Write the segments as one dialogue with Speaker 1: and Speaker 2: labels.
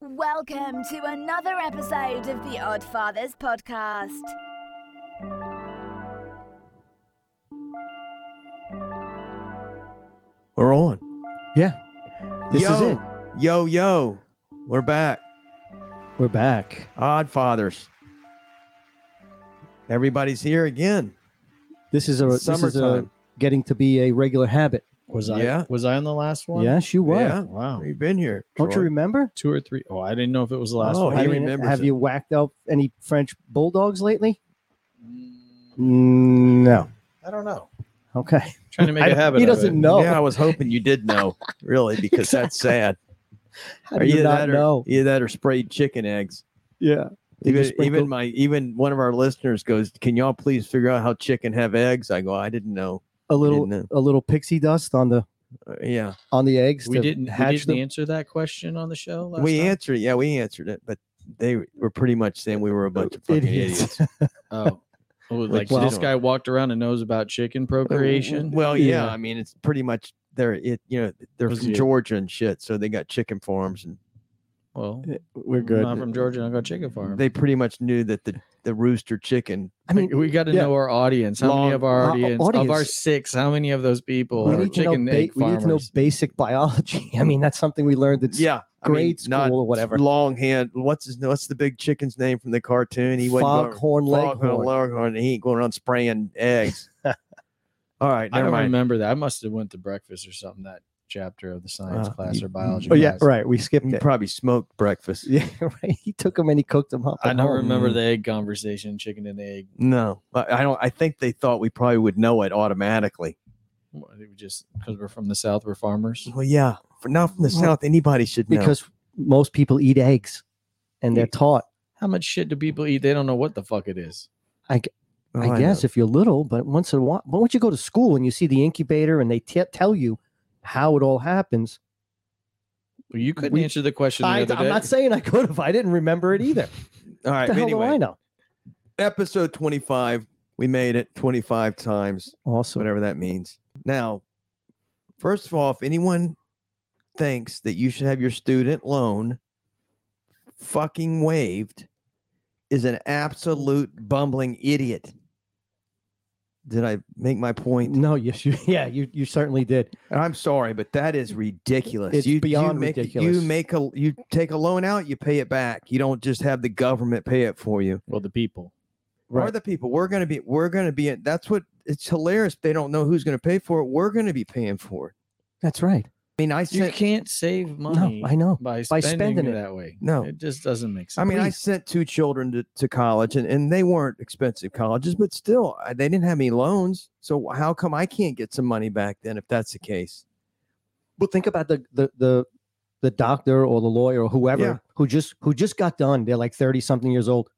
Speaker 1: Welcome to another episode of the Odd Fathers podcast.
Speaker 2: We're on.
Speaker 3: Yeah.
Speaker 2: This
Speaker 3: yo,
Speaker 2: is it.
Speaker 3: Yo, yo. We're back.
Speaker 2: We're back.
Speaker 3: Odd Fathers. Everybody's here again.
Speaker 2: This is a this is a
Speaker 3: Summertime.
Speaker 2: getting to be a regular habit.
Speaker 4: Was I?
Speaker 3: Yeah.
Speaker 4: Was I on the last one?
Speaker 2: Yes, you were.
Speaker 3: Yeah.
Speaker 4: Wow.
Speaker 3: We've been here.
Speaker 2: Don't
Speaker 3: Troy.
Speaker 2: you remember?
Speaker 4: Two or three. Oh, I didn't know if it was the last
Speaker 3: Oh,
Speaker 4: one.
Speaker 3: he
Speaker 2: I mean,
Speaker 3: remembers
Speaker 2: have
Speaker 3: it.
Speaker 2: you whacked out any French bulldogs lately? No.
Speaker 4: I don't know.
Speaker 2: Okay.
Speaker 4: Trying to make
Speaker 2: I-
Speaker 4: a habit.
Speaker 2: he
Speaker 4: of it.
Speaker 2: doesn't know.
Speaker 3: Yeah, I was hoping you did know, really, because that's sad.
Speaker 2: How do you not
Speaker 3: that or
Speaker 2: know?
Speaker 3: either that or sprayed chicken eggs.
Speaker 2: Yeah. Did you
Speaker 3: Even,
Speaker 2: sprinkle-
Speaker 3: even my even one of our listeners goes, Can y'all please figure out how chicken have eggs? I go, I didn't know.
Speaker 2: A little
Speaker 3: didn't
Speaker 2: a little pixie dust on the
Speaker 3: Uh, yeah.
Speaker 2: on the eggs.
Speaker 4: We
Speaker 2: to
Speaker 4: didn't. We
Speaker 2: hatch
Speaker 4: didn't
Speaker 2: them.
Speaker 4: answer that question on the show. Last
Speaker 3: we
Speaker 4: time?
Speaker 3: answered it. Yeah, we answered it, but they were pretty much saying we were a bunch of fucking
Speaker 2: Idiots.
Speaker 3: idiots.
Speaker 4: Oh. Oh, like
Speaker 3: Well-
Speaker 4: this guy walked around and knows about chicken procreation.
Speaker 3: Well, yeah,
Speaker 2: Yeah.
Speaker 3: I mean it's pretty much they're it you know they're
Speaker 4: Was
Speaker 3: from
Speaker 4: it-
Speaker 3: Georgia and shit, so they got chicken farms and
Speaker 4: Well,
Speaker 2: We're
Speaker 4: I'm
Speaker 2: good.
Speaker 4: not from Georgia. I got chicken farm.
Speaker 3: they pretty much knew that the the rooster chicken.
Speaker 2: I mean,
Speaker 4: we got to
Speaker 2: yeah.
Speaker 4: know our audience. How
Speaker 3: Long-
Speaker 4: many of our
Speaker 2: Our
Speaker 4: audience, of our
Speaker 2: audience.
Speaker 4: six? How many of those people
Speaker 2: we
Speaker 4: are
Speaker 2: need, to know
Speaker 4: chicken
Speaker 2: ba-
Speaker 4: egg
Speaker 2: we need to know
Speaker 4: farmers?
Speaker 2: basic biology. I mean, that's something we learned. It's
Speaker 3: yeah, I mean,
Speaker 2: grade
Speaker 3: not
Speaker 2: school or whatever.
Speaker 3: Longhand. What's his? What's the big chicken's name from the cartoon? He wasn't going-
Speaker 2: foghorn
Speaker 3: Foghorn
Speaker 2: leghorn.
Speaker 3: Leghorn. He ain't going around spraying eggs. All right,
Speaker 4: I
Speaker 3: never
Speaker 4: don't
Speaker 3: mind.
Speaker 4: remember that. I must have went to breakfast or something that chapter of the science
Speaker 3: Uh,
Speaker 4: class
Speaker 3: you-
Speaker 4: or biology.
Speaker 2: Oh yeah,
Speaker 4: class.
Speaker 2: right. We skipped
Speaker 3: He
Speaker 2: it.
Speaker 3: probably smoked breakfast.
Speaker 2: Yeah, right. He took them and he cooked them up.
Speaker 4: I
Speaker 2: at
Speaker 4: don't
Speaker 2: home.
Speaker 4: remember the egg conversation, chicken and egg.
Speaker 3: No, I I don't. I think they thought we probably would know it automatically.
Speaker 4: What, It was just because we're from the south, we're farmers.
Speaker 2: Mm-hmm.
Speaker 3: Well, yeah, for not from the
Speaker 2: Well,
Speaker 3: south, anybody should know.
Speaker 2: because most people eat eggs, and they're taught.
Speaker 4: How much shit do people eat? They don't know what the fuck it is.
Speaker 3: Oh,
Speaker 2: I,
Speaker 3: know.
Speaker 2: guess if you're little, but once in a while, but once you go to school and you see the incubator and they t- tell you how it all happens,
Speaker 4: Well, you couldn't
Speaker 2: We-
Speaker 4: answer the question. The
Speaker 2: I,
Speaker 4: other
Speaker 2: I'm
Speaker 4: day.
Speaker 2: not saying I could if I didn't remember it either.
Speaker 3: All right.
Speaker 2: the hell do I
Speaker 3: Anyway,
Speaker 2: know?
Speaker 3: episode 25. We made it 25 times,
Speaker 2: Also,
Speaker 3: whatever that means. Now, first of all, if anyone thinks that you should have your student loan fucking waived, is an absolute bumbling idiot. Did I make my point?
Speaker 2: no, yes, you, yeah, you, you certainly did.
Speaker 3: And I'm sorry, but that is ridiculous.
Speaker 2: It's beyond
Speaker 3: make, You
Speaker 2: ridiculous.
Speaker 3: make a you take a loan out, you pay it back. You don't just have the government pay it for you.
Speaker 4: Well, the people.
Speaker 3: are the people we're going to be we're going to be in that's what it's hilarious they don't know who's going to pay for it we're going to be paying for it
Speaker 2: That's right.
Speaker 3: i mean i
Speaker 4: You
Speaker 3: sent
Speaker 4: can't save money
Speaker 2: No, I know.
Speaker 4: by
Speaker 2: by
Speaker 4: spending,
Speaker 2: spending
Speaker 4: it
Speaker 2: it.
Speaker 4: that way.
Speaker 3: No.
Speaker 4: it just doesn't make sense.
Speaker 3: i mean i
Speaker 2: Please.
Speaker 3: sent two children to, to college and, and they weren't expensive colleges but still I- they didn't have any loans so how come i can't get some money back then if that's the case
Speaker 2: Well, think about the the the the doctor or the lawyer or whoever
Speaker 3: Yeah.
Speaker 2: who just who just got done. They're like thirty something years old.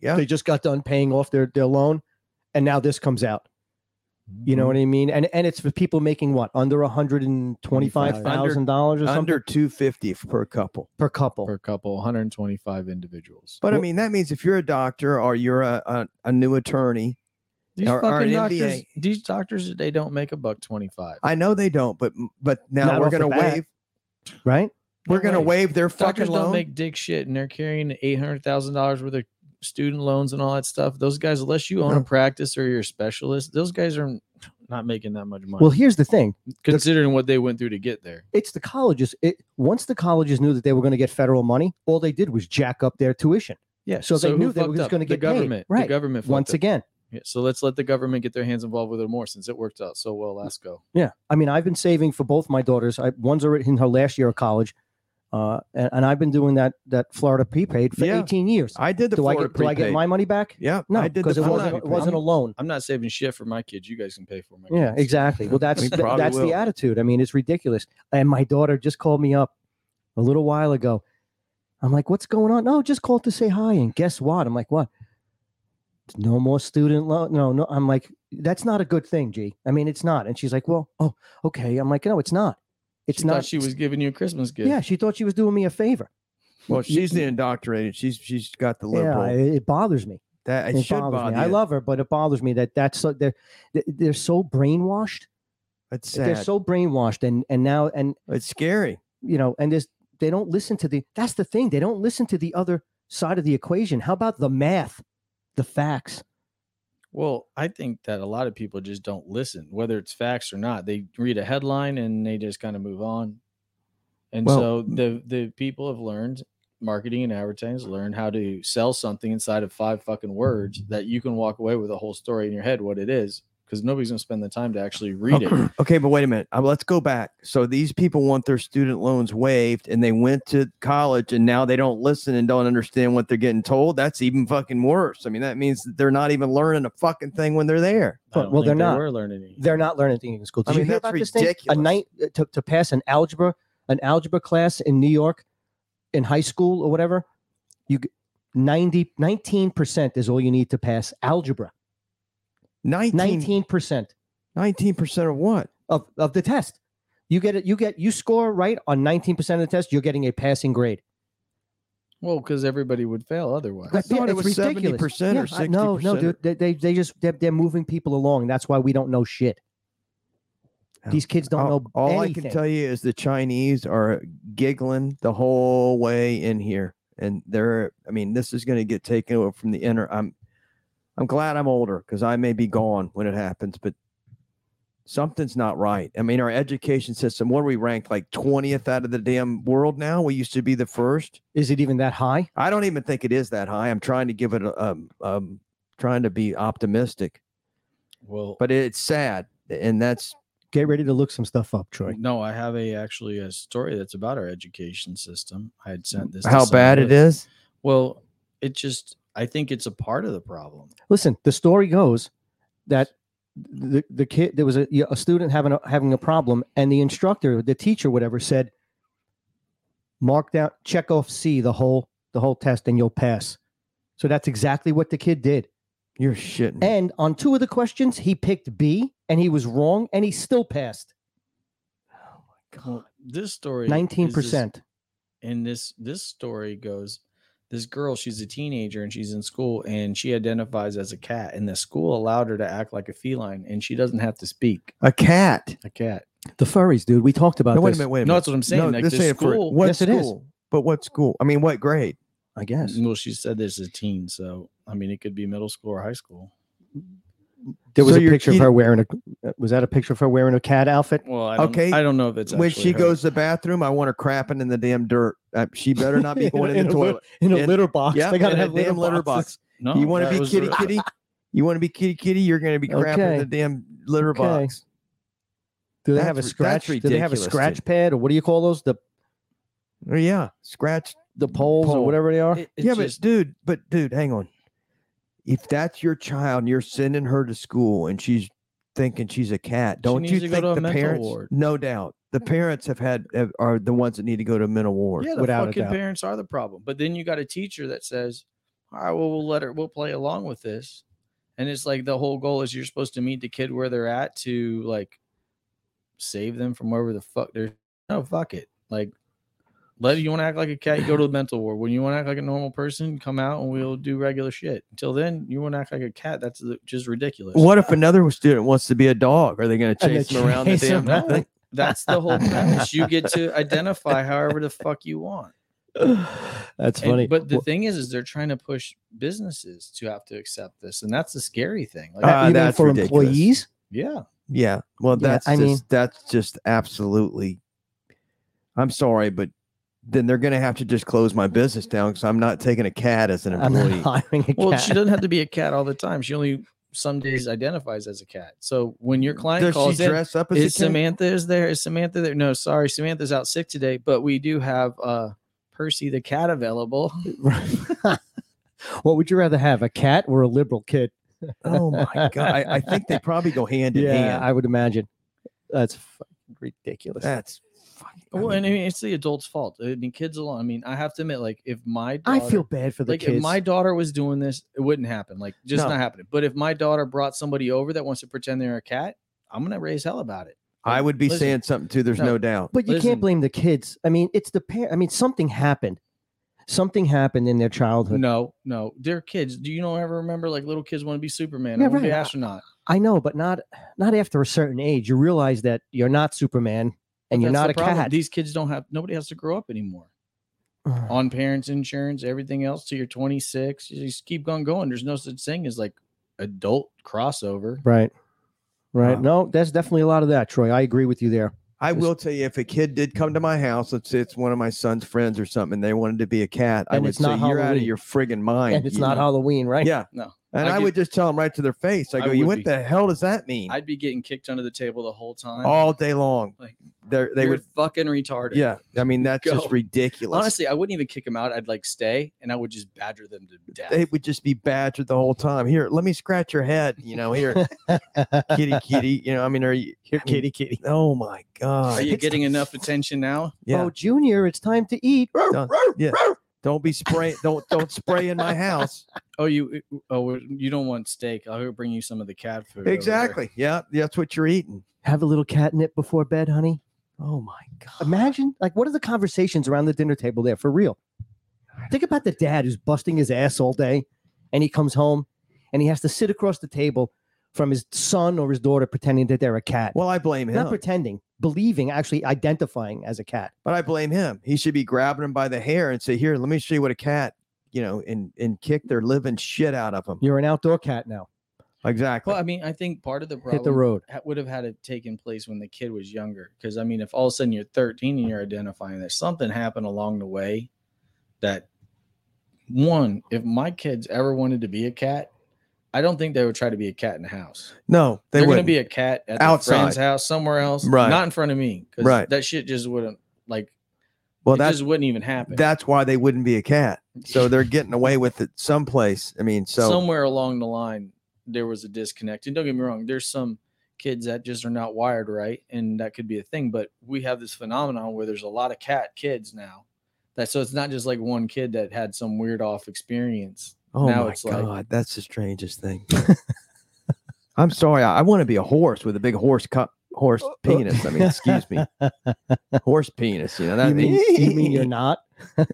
Speaker 3: Yeah.
Speaker 2: they just got done paying off their their loan, and now this comes out.
Speaker 4: mm,
Speaker 2: You
Speaker 3: Mm-hmm.
Speaker 2: know what I mean? And and it's for people making what under one hundred and twenty five thousand dollars or something
Speaker 3: under 250 f- per couple
Speaker 2: per couple.
Speaker 4: per couple, 125 individuals.
Speaker 3: but i
Speaker 2: Well-
Speaker 3: mean that means if you're a doctor or you're a, a, a new attorney
Speaker 4: these
Speaker 3: or- or
Speaker 4: fucking
Speaker 3: an
Speaker 4: doctors,
Speaker 3: NBA.
Speaker 4: these doctors, they don't make a buck 25.
Speaker 3: i know they don't but but now
Speaker 2: Not
Speaker 3: we're
Speaker 2: off the
Speaker 3: going to
Speaker 2: bat.
Speaker 3: waive
Speaker 2: right?
Speaker 3: we're going to
Speaker 4: way.
Speaker 3: waive their fucking
Speaker 4: Doctors
Speaker 3: loan
Speaker 4: don't make dick shit, and they're carrying eight hundred thousand dollars worth of student loans and all that stuff. Those guys, unless you own a
Speaker 3: No.
Speaker 4: practice or you're a specialist, those guys are not making that much money.
Speaker 2: Well, here's the thing:
Speaker 4: considering what they went through to get there,
Speaker 2: it's the colleges. It once the colleges knew that they were going to get federal money, all they did was jack up their tuition
Speaker 4: yeah.
Speaker 2: So they knew
Speaker 4: who
Speaker 2: they were
Speaker 4: fucked
Speaker 2: just
Speaker 4: up?
Speaker 2: gonna
Speaker 4: the
Speaker 2: get paid,
Speaker 4: government, The
Speaker 2: right.
Speaker 4: government. fucked
Speaker 2: once
Speaker 4: up.
Speaker 2: again.
Speaker 4: Yeah, so let's let the government get their hands involved with it more, since it worked out so well last go.
Speaker 2: Yeah, I mean, I've been saving for both my daughters. I, one's already in her last year of college, uh, and, and I've been doing that that Florida prepaid for
Speaker 3: Yeah.
Speaker 2: eighteen years.
Speaker 3: i did the
Speaker 2: do I
Speaker 3: Florida
Speaker 2: get do I get
Speaker 3: prepaid.
Speaker 2: my money back?
Speaker 3: Yeah,
Speaker 2: No,
Speaker 3: I did
Speaker 2: because
Speaker 3: the
Speaker 2: it
Speaker 3: Florida
Speaker 2: wasn't it
Speaker 3: prepaid.
Speaker 2: wasn't a loan.
Speaker 4: I'm not saving shit for my kids. You guys can pay for my.
Speaker 2: Yeah,
Speaker 4: kids.
Speaker 2: exactly. Well, that's
Speaker 3: We
Speaker 2: th-
Speaker 3: probably
Speaker 2: that's
Speaker 3: will.
Speaker 2: the attitude. I mean, it's ridiculous. And my daughter just called me up a little while ago. I'm like, "What's going on?" No, just called to say hi. And guess what? I'm like, "What?" No more student loan. No, no. I'm like, "That's not a good thing, G." I mean, it's not. And she's like, "Well, oh, okay." I'm like, "No, it's not. It's
Speaker 4: She thought
Speaker 2: not."
Speaker 4: She was giving you a Christmas gift.
Speaker 2: Yeah, she thought she was doing me a favor.
Speaker 3: Well, she's the indoctrinated. She's she's got the liberal.
Speaker 2: Yeah, it, it bothers me.
Speaker 3: that it,
Speaker 2: It,
Speaker 3: should
Speaker 2: bothers
Speaker 3: bother.
Speaker 2: me. I
Speaker 3: you.
Speaker 2: love her, but it bothers me that that's so they're they- they're so brainwashed.
Speaker 3: It's
Speaker 2: They're
Speaker 3: sad.
Speaker 2: so brainwashed, and and now and
Speaker 3: it's scary.
Speaker 2: you know, and there's they don't listen to the that's the thing they don't listen to the other side of the equation how about the math the facts
Speaker 4: Well, I think that a lot of people just don't listen, whether it's facts or not. They read a headline and they just kind of move on. And
Speaker 3: Well,
Speaker 4: so the the people have learned marketing and advertising has learned how to sell something inside of five fucking words that you can walk away with a whole story in your head what it is because nobody's gonna spend the time to
Speaker 3: Oh,
Speaker 4: actually read it.
Speaker 3: okay, but wait a minute. Uh, let's go back. So these people want their student loans waived, and they went to college, and now they don't listen and don't understand what they're getting told. That's even fucking worse. I mean, that means that they're not even learning a fucking thing when they're there.
Speaker 4: I
Speaker 2: Well,
Speaker 4: don't
Speaker 2: well, they're
Speaker 4: think they
Speaker 2: not.
Speaker 4: Were learning anything.
Speaker 2: they're not learning anything in school
Speaker 3: I
Speaker 2: did
Speaker 3: mean,
Speaker 2: you hear
Speaker 3: that's
Speaker 2: about this thing a
Speaker 3: ridiculous.
Speaker 2: night uh, to, to pass an algebra an algebra class in new york in high school or whatever you g- 90 19% is all you need to pass algebra
Speaker 3: 19
Speaker 2: 19%
Speaker 3: percent of what?
Speaker 2: of, of the test. You get it. You get you score right on nineteen percent of the test. You're getting a passing grade.
Speaker 4: Well, because everybody would fail otherwise.
Speaker 3: I thought it was
Speaker 2: ridiculous.
Speaker 3: 70% or
Speaker 2: I- No, no,
Speaker 3: 60%.
Speaker 2: dude. They, they, they just they're, they're moving people along. That's why we don't know shit.
Speaker 3: Yeah.
Speaker 2: These kids don't
Speaker 3: all,
Speaker 2: know
Speaker 3: all I
Speaker 2: anything.
Speaker 3: can tell you is the Chinese are giggling the whole way in here, and they're. I mean, this is going to get taken over from the inner. I'm. I'm glad I'm older because I may be gone when it happens, but something's not right. I mean, our education system. What are we ranked like twentieth out of the damn world now? We used to be the first.
Speaker 2: Is it even that high?
Speaker 3: I don't even think it is that high. I'm trying to give it. A, um, um, trying to be optimistic,
Speaker 4: Well,
Speaker 3: but it's sad, and that's
Speaker 2: Get ready to look some stuff up, Troy.
Speaker 4: no, I have a actually a story that's about our education system. I had sent this. to
Speaker 3: how bad
Speaker 4: someone
Speaker 3: it
Speaker 4: earlier.
Speaker 3: is.
Speaker 4: Well, it just I think it's a part of the problem.
Speaker 2: Listen, the story goes that the, the kid there was a, a student having a, having a problem, and the instructor, the teacher, whatever, said, "Mark down, check off C the whole the whole test, and you'll pass." So that's exactly what the kid did.
Speaker 3: You're shitting.
Speaker 2: And on two of the questions, he picked B, and he was wrong, and he still passed
Speaker 4: Well, Oh this story is just-
Speaker 2: nineteen percent.
Speaker 4: and this this story goes this girl she's a teenager and she's in school and she identifies as a cat and the school allowed her to act like a feline and she doesn't have to speak
Speaker 3: A cat.
Speaker 4: a cat
Speaker 2: The furries, dude. We talked about
Speaker 3: No, wait a
Speaker 2: this.
Speaker 3: minute. Wait a
Speaker 4: no
Speaker 3: minute.
Speaker 4: that's what i'm saying like this
Speaker 3: ain't for-
Speaker 4: school
Speaker 3: What
Speaker 2: Yes, it
Speaker 3: school?
Speaker 2: is.
Speaker 3: But what school? I mean, what grade?
Speaker 2: I guess
Speaker 3: Mm-hmm.
Speaker 4: well she said this is a teen so i mean it could be middle school or high school
Speaker 2: there was
Speaker 3: So
Speaker 2: a
Speaker 3: your
Speaker 2: picture of
Speaker 3: kid-
Speaker 2: her wearing a. Was that a picture of her wearing a cat outfit?
Speaker 4: well I don't,
Speaker 3: Okay,
Speaker 4: i don't know if it's
Speaker 3: when
Speaker 4: actually
Speaker 3: she
Speaker 4: her.
Speaker 3: goes to the bathroom, I want her crapping in the damn dirt. Uh, she better not be going in the
Speaker 2: a lit-
Speaker 3: toilet.
Speaker 2: in a
Speaker 3: In-
Speaker 2: litter box.
Speaker 3: Yeah,
Speaker 2: they gotta
Speaker 3: in a
Speaker 2: have litter,
Speaker 3: damn litter box.
Speaker 2: boxes.
Speaker 4: no
Speaker 3: you want
Speaker 4: that
Speaker 3: to be
Speaker 4: was
Speaker 3: kitty
Speaker 4: her-
Speaker 3: kitty? You want to be kitty kitty? You're going to be crapping
Speaker 2: Okay.
Speaker 3: in the damn litter
Speaker 2: Okay.
Speaker 3: box.
Speaker 2: Do they have a
Speaker 3: That's ri- that's
Speaker 2: scratch? Do they have a
Speaker 3: ridiculous,
Speaker 2: scratch
Speaker 3: dude.
Speaker 2: pad or what do you call those? The
Speaker 3: Oh, yeah, scratch.
Speaker 2: the poles
Speaker 3: Pole.
Speaker 2: or whatever they are.
Speaker 4: It- it's
Speaker 3: yeah,
Speaker 4: just-
Speaker 3: but dude, but dude, hang on. If that's your child and you're sending her to school and she's thinking she's a cat, don't
Speaker 4: needs
Speaker 3: you
Speaker 4: to go
Speaker 3: think
Speaker 4: to a
Speaker 3: the
Speaker 4: mental
Speaker 3: parents?
Speaker 4: ward.
Speaker 3: No doubt, the parents have had have, are the ones that need to go to a mental ward.
Speaker 4: Yeah, the
Speaker 2: without a
Speaker 4: fucking
Speaker 2: doubt.
Speaker 4: parents are the problem. But then you got a teacher that says, "All right, well, we'll let her. We'll play along with this." And it's like the whole goal is you're supposed to meet the kid where they're at to like save them from wherever the fuck they're. No, fuck it. Like, let you want to act like a cat, you go to the mental ward. When you want to act like a normal person, come out and we'll do regular shit. Until then, you want to act like a cat. That's the- just ridiculous.
Speaker 3: What if another student wants to be a dog? Are they going to
Speaker 2: And they
Speaker 3: chase them around the
Speaker 2: chase
Speaker 3: damn
Speaker 2: 'em around.
Speaker 3: thing?
Speaker 4: That's the whole premise. You get to identify however the fuck you want.
Speaker 2: That's
Speaker 4: And-
Speaker 2: funny.
Speaker 4: but the
Speaker 2: Wha-
Speaker 4: thing is, is they're trying to push businesses to have to accept this, and that's the scary thing. Like,
Speaker 3: Uh,
Speaker 2: that, you mean
Speaker 3: that's
Speaker 2: for
Speaker 3: ridiculous.
Speaker 2: employees?
Speaker 4: yeah,
Speaker 3: Yeah. Well,
Speaker 2: Yeah,
Speaker 3: that's
Speaker 2: I
Speaker 3: just
Speaker 2: mean-
Speaker 3: that's just absolutely. I'm sorry, but then they're going to have to just close my business down because I'm not taking a cat as an
Speaker 2: I'm not
Speaker 3: employee.
Speaker 2: hiring a
Speaker 4: well,
Speaker 2: cat.
Speaker 4: she doesn't have to be a cat all the time. She only some days identifies as a cat. So when your client
Speaker 3: Does she
Speaker 4: calls in,
Speaker 3: dress up as
Speaker 4: is
Speaker 3: a cat?
Speaker 4: Samantha is there? Is Samantha there? No, sorry, Samantha's out sick today, but we do have uh Percy the cat available.
Speaker 2: what would you rather have, a cat or a liberal kid?
Speaker 3: Oh my god! I, I think they probably go hand in hand.
Speaker 2: I would imagine. That's fucking ridiculous.
Speaker 3: that's fucking. I
Speaker 4: Well,
Speaker 3: mean,
Speaker 4: and I mean, it's the adult's fault. I mean, kids alone. I mean, I have to admit, like if my
Speaker 2: I
Speaker 4: daughter-
Speaker 2: feel bad for the
Speaker 4: like if
Speaker 2: kids.
Speaker 4: my daughter was doing this, it wouldn't happen. Like just
Speaker 3: No.
Speaker 4: not happening. But if my daughter brought somebody over that wants to pretend they're a cat, I'm gonna raise hell about it.
Speaker 3: I would be
Speaker 4: Listen,
Speaker 3: saying something too. There's
Speaker 4: no.
Speaker 3: no, doubt.
Speaker 2: but you
Speaker 4: listen.
Speaker 2: can't blame the kids. I mean, it's the parent. I mean, something happened. Something happened in their childhood.
Speaker 4: No, no, they're kids. Do you don't ever remember like little kids want to be Superman?
Speaker 2: Yeah,
Speaker 4: I want to be
Speaker 2: right. I-
Speaker 4: astronaut.
Speaker 2: I know, but not not after a certain age. You realize that you're not Superman. and you're
Speaker 4: That's
Speaker 2: not
Speaker 4: the
Speaker 2: a
Speaker 4: problem.
Speaker 2: cat.
Speaker 4: These kids don't have nobody has to grow up anymore.
Speaker 2: Ugh.
Speaker 4: on parents insurance, everything else till you're 26. You just keep on going. There's no such thing as like adult crossover.
Speaker 2: Right. Right.
Speaker 3: Wow.
Speaker 2: No, that's definitely a lot of that, Troy. I agree with you there.
Speaker 3: I
Speaker 2: Just-
Speaker 3: will tell you, if a kid did come to my house, let's say it's one of my son's friends or something, and they wanted to be a cat, I
Speaker 2: And
Speaker 3: would
Speaker 2: it's
Speaker 3: say
Speaker 2: not
Speaker 3: you're out of
Speaker 2: Halloween.
Speaker 3: your friggin' mind.
Speaker 2: And it's
Speaker 3: you
Speaker 2: not
Speaker 3: know?
Speaker 2: Halloween, right?
Speaker 3: Yeah,
Speaker 4: No,
Speaker 3: and
Speaker 4: I
Speaker 3: I,
Speaker 4: get-
Speaker 3: would just tell them right to their face. I
Speaker 4: I
Speaker 3: go, "You what
Speaker 4: would be.
Speaker 3: the hell does that mean?"
Speaker 4: I'd be getting kicked under the table the whole time.
Speaker 3: All day long,
Speaker 4: Like,
Speaker 3: They're, they
Speaker 4: You're
Speaker 3: would.
Speaker 4: fucking retarded.
Speaker 3: Yeah, I mean that's just
Speaker 4: Go.
Speaker 3: ridiculous.
Speaker 4: Honestly, I wouldn't even kick them out. I'd like stay and I would just badger them to death.
Speaker 3: they would just be badgered the whole time. Here, let me scratch your head. You know, here, kitty, kitty. You know, I mean, are you here, kitty, kitty? Oh my
Speaker 4: Are
Speaker 3: god!
Speaker 4: you getting enough attention now?
Speaker 3: yeah,
Speaker 2: Oh, Junior, it's time to eat.
Speaker 3: Done. yeah. Don't be spray. Don't don't spray in my house.
Speaker 4: Oh, you oh you don't want steak. I'll go bring you some of the cat food. over there.
Speaker 3: exactly. Yeah, that's what you're eating.
Speaker 2: Have a little catnip before bed, honey.
Speaker 3: Oh my god!
Speaker 2: Imagine, like, what are the conversations around the dinner table there for real? Think about the dad who's busting his ass all day and he comes home and he has to sit across the table from his son or his daughter pretending that they're a cat.
Speaker 3: Well, I blame him.
Speaker 2: Not pretending, believing, actually identifying as a cat.
Speaker 3: But I blame him. He should be grabbing him by the hair and say, "Here, let me show you what a cat." You know, and and kick their living shit out of them.
Speaker 2: You're an outdoor cat now.
Speaker 3: Exactly.
Speaker 4: Well, I mean, I think part of the problem
Speaker 2: Hit the road.
Speaker 4: ha- would have had it taken place when the kid was younger. Because I mean, if all of a sudden you're 13 and you're identifying that something happened along the way, that one, if my kids ever wanted to be a cat, I don't think they would try to be a cat in the house.
Speaker 3: no, they
Speaker 4: They are going to
Speaker 3: wouldn't.
Speaker 4: be a cat at
Speaker 3: Outside.
Speaker 4: outside friend's house somewhere else,
Speaker 3: Right.
Speaker 4: Not in front of me, 'cause
Speaker 3: Right.
Speaker 4: That shit just wouldn't like.
Speaker 3: well,
Speaker 4: Well,
Speaker 3: that's
Speaker 4: that just wouldn't even happen.
Speaker 3: that's why they wouldn't be a cat. So they're getting away with it someplace. I mean, so
Speaker 4: somewhere along the line there was a disconnect and don't get me wrong there's some kids that just are not wired right and that could be a thing but we have this phenomenon where there's a lot of cat kids now that so it's not just like one kid that had some weird off experience
Speaker 3: oh
Speaker 4: now
Speaker 3: my
Speaker 4: it's like-
Speaker 3: god, that's the strangest thing. I'm sorry. I, I want to be a horse with a big horse cup,
Speaker 2: Uh,
Speaker 3: horse penis. I mean, excuse me, horse penis. You know that
Speaker 2: you, mean, you mean you're not?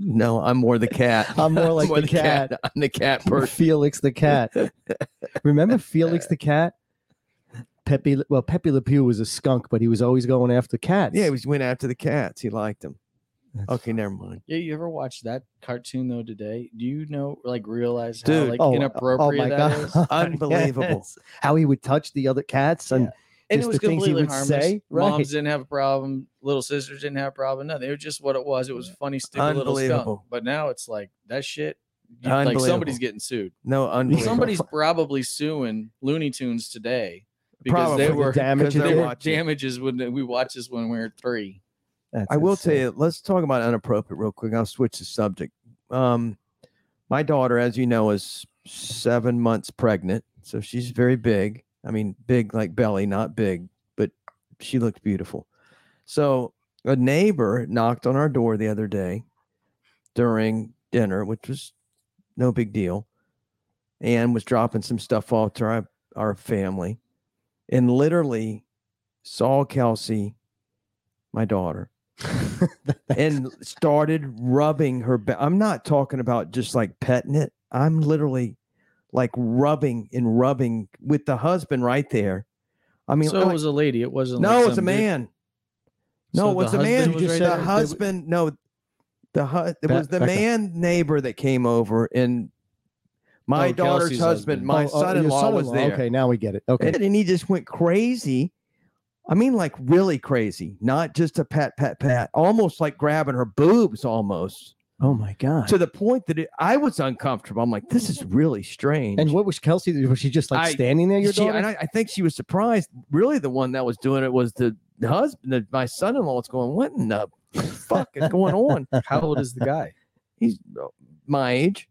Speaker 3: No, I'm more the cat.
Speaker 2: I'm more like
Speaker 3: more
Speaker 2: the cat.
Speaker 3: I'm the cat
Speaker 2: Or
Speaker 3: person.
Speaker 2: Felix the cat. Remember Felix the cat? Pepe, Le- well, Pepe Le Pew was a skunk, but he was always going after cats.
Speaker 3: Yeah, he was, went after the cats. He liked them.
Speaker 2: That's-
Speaker 3: Okay, never mind.
Speaker 4: yeah you ever watched that cartoon though today do you know like realize how
Speaker 3: Dude,
Speaker 4: like
Speaker 2: oh, oh
Speaker 4: inappropriate that is?
Speaker 3: Unbelievable.
Speaker 2: yes. How he would touch the other cats and
Speaker 4: and
Speaker 2: Just
Speaker 4: it was
Speaker 2: the things he
Speaker 4: completely
Speaker 2: would
Speaker 4: harmless
Speaker 2: say, right.
Speaker 4: moms didn't have a problem little sisters didn't have a problem nothing it was just what it was it was funny stupid little skunk
Speaker 3: Unbelievable.
Speaker 4: but now it's like that shit you- like
Speaker 3: Unbelievable.
Speaker 4: somebody's getting sued
Speaker 3: No, unbelievable.
Speaker 4: Somebody's probably suing Looney Tunes today because
Speaker 3: Probably.
Speaker 4: they
Speaker 3: The
Speaker 4: were,
Speaker 2: damage
Speaker 4: they
Speaker 2: they
Speaker 3: they're
Speaker 4: were
Speaker 3: watching.
Speaker 4: damages when they- we watched this when we were three.
Speaker 2: That's
Speaker 3: I will tell
Speaker 2: insane.
Speaker 3: you, let's talk about inappropriate real quick. I'll switch the subject. Um, my daughter, as you know, is seven months pregnant. So she's very big. I mean, big like belly, not big, but she looked beautiful. So a neighbor knocked on our door the other day during dinner, which was no big deal, and was dropping some stuff off to our, our family. And literally, Saul Kelsey, my daughter, and started rubbing her back. I'm not talking about just like petting it. I'm literally like rubbing and rubbing with the husband right there. I mean,
Speaker 4: so
Speaker 3: like-
Speaker 4: it was a lady. It wasn't.
Speaker 3: no,
Speaker 4: like
Speaker 3: it's a
Speaker 4: some dude-
Speaker 3: man. No,
Speaker 4: So
Speaker 3: it
Speaker 4: the
Speaker 3: was a
Speaker 4: husband
Speaker 3: man.
Speaker 4: was
Speaker 3: the
Speaker 4: right there?
Speaker 3: husband, no, the hu- it
Speaker 2: Ba-
Speaker 3: was the
Speaker 2: back up.
Speaker 3: man neighbor that came over, and my
Speaker 4: Oh,
Speaker 3: daughter's
Speaker 4: Kelsey's
Speaker 3: husband,
Speaker 4: husband.
Speaker 3: my
Speaker 2: Oh, oh, your
Speaker 3: son-in-law, was
Speaker 2: son-in-law.
Speaker 3: there.
Speaker 2: Okay, now we get it. Okay.
Speaker 3: And, and he just went crazy. I mean, like really crazy, not just a pat, pat, pat, almost like grabbing her boobs almost
Speaker 2: oh my god.
Speaker 3: to the point that it, I was uncomfortable. I'm like, this is really strange.
Speaker 2: and what was Kelsey? Was she just like
Speaker 3: I-
Speaker 2: standing there? Your
Speaker 3: she,
Speaker 2: daughter?
Speaker 3: and I, I think she was surprised. Really, the one that was doing it was the the husband. The, my son-in-law was going, "What in the fuck is going on?"
Speaker 4: How old is the guy?
Speaker 3: He's uh, my age.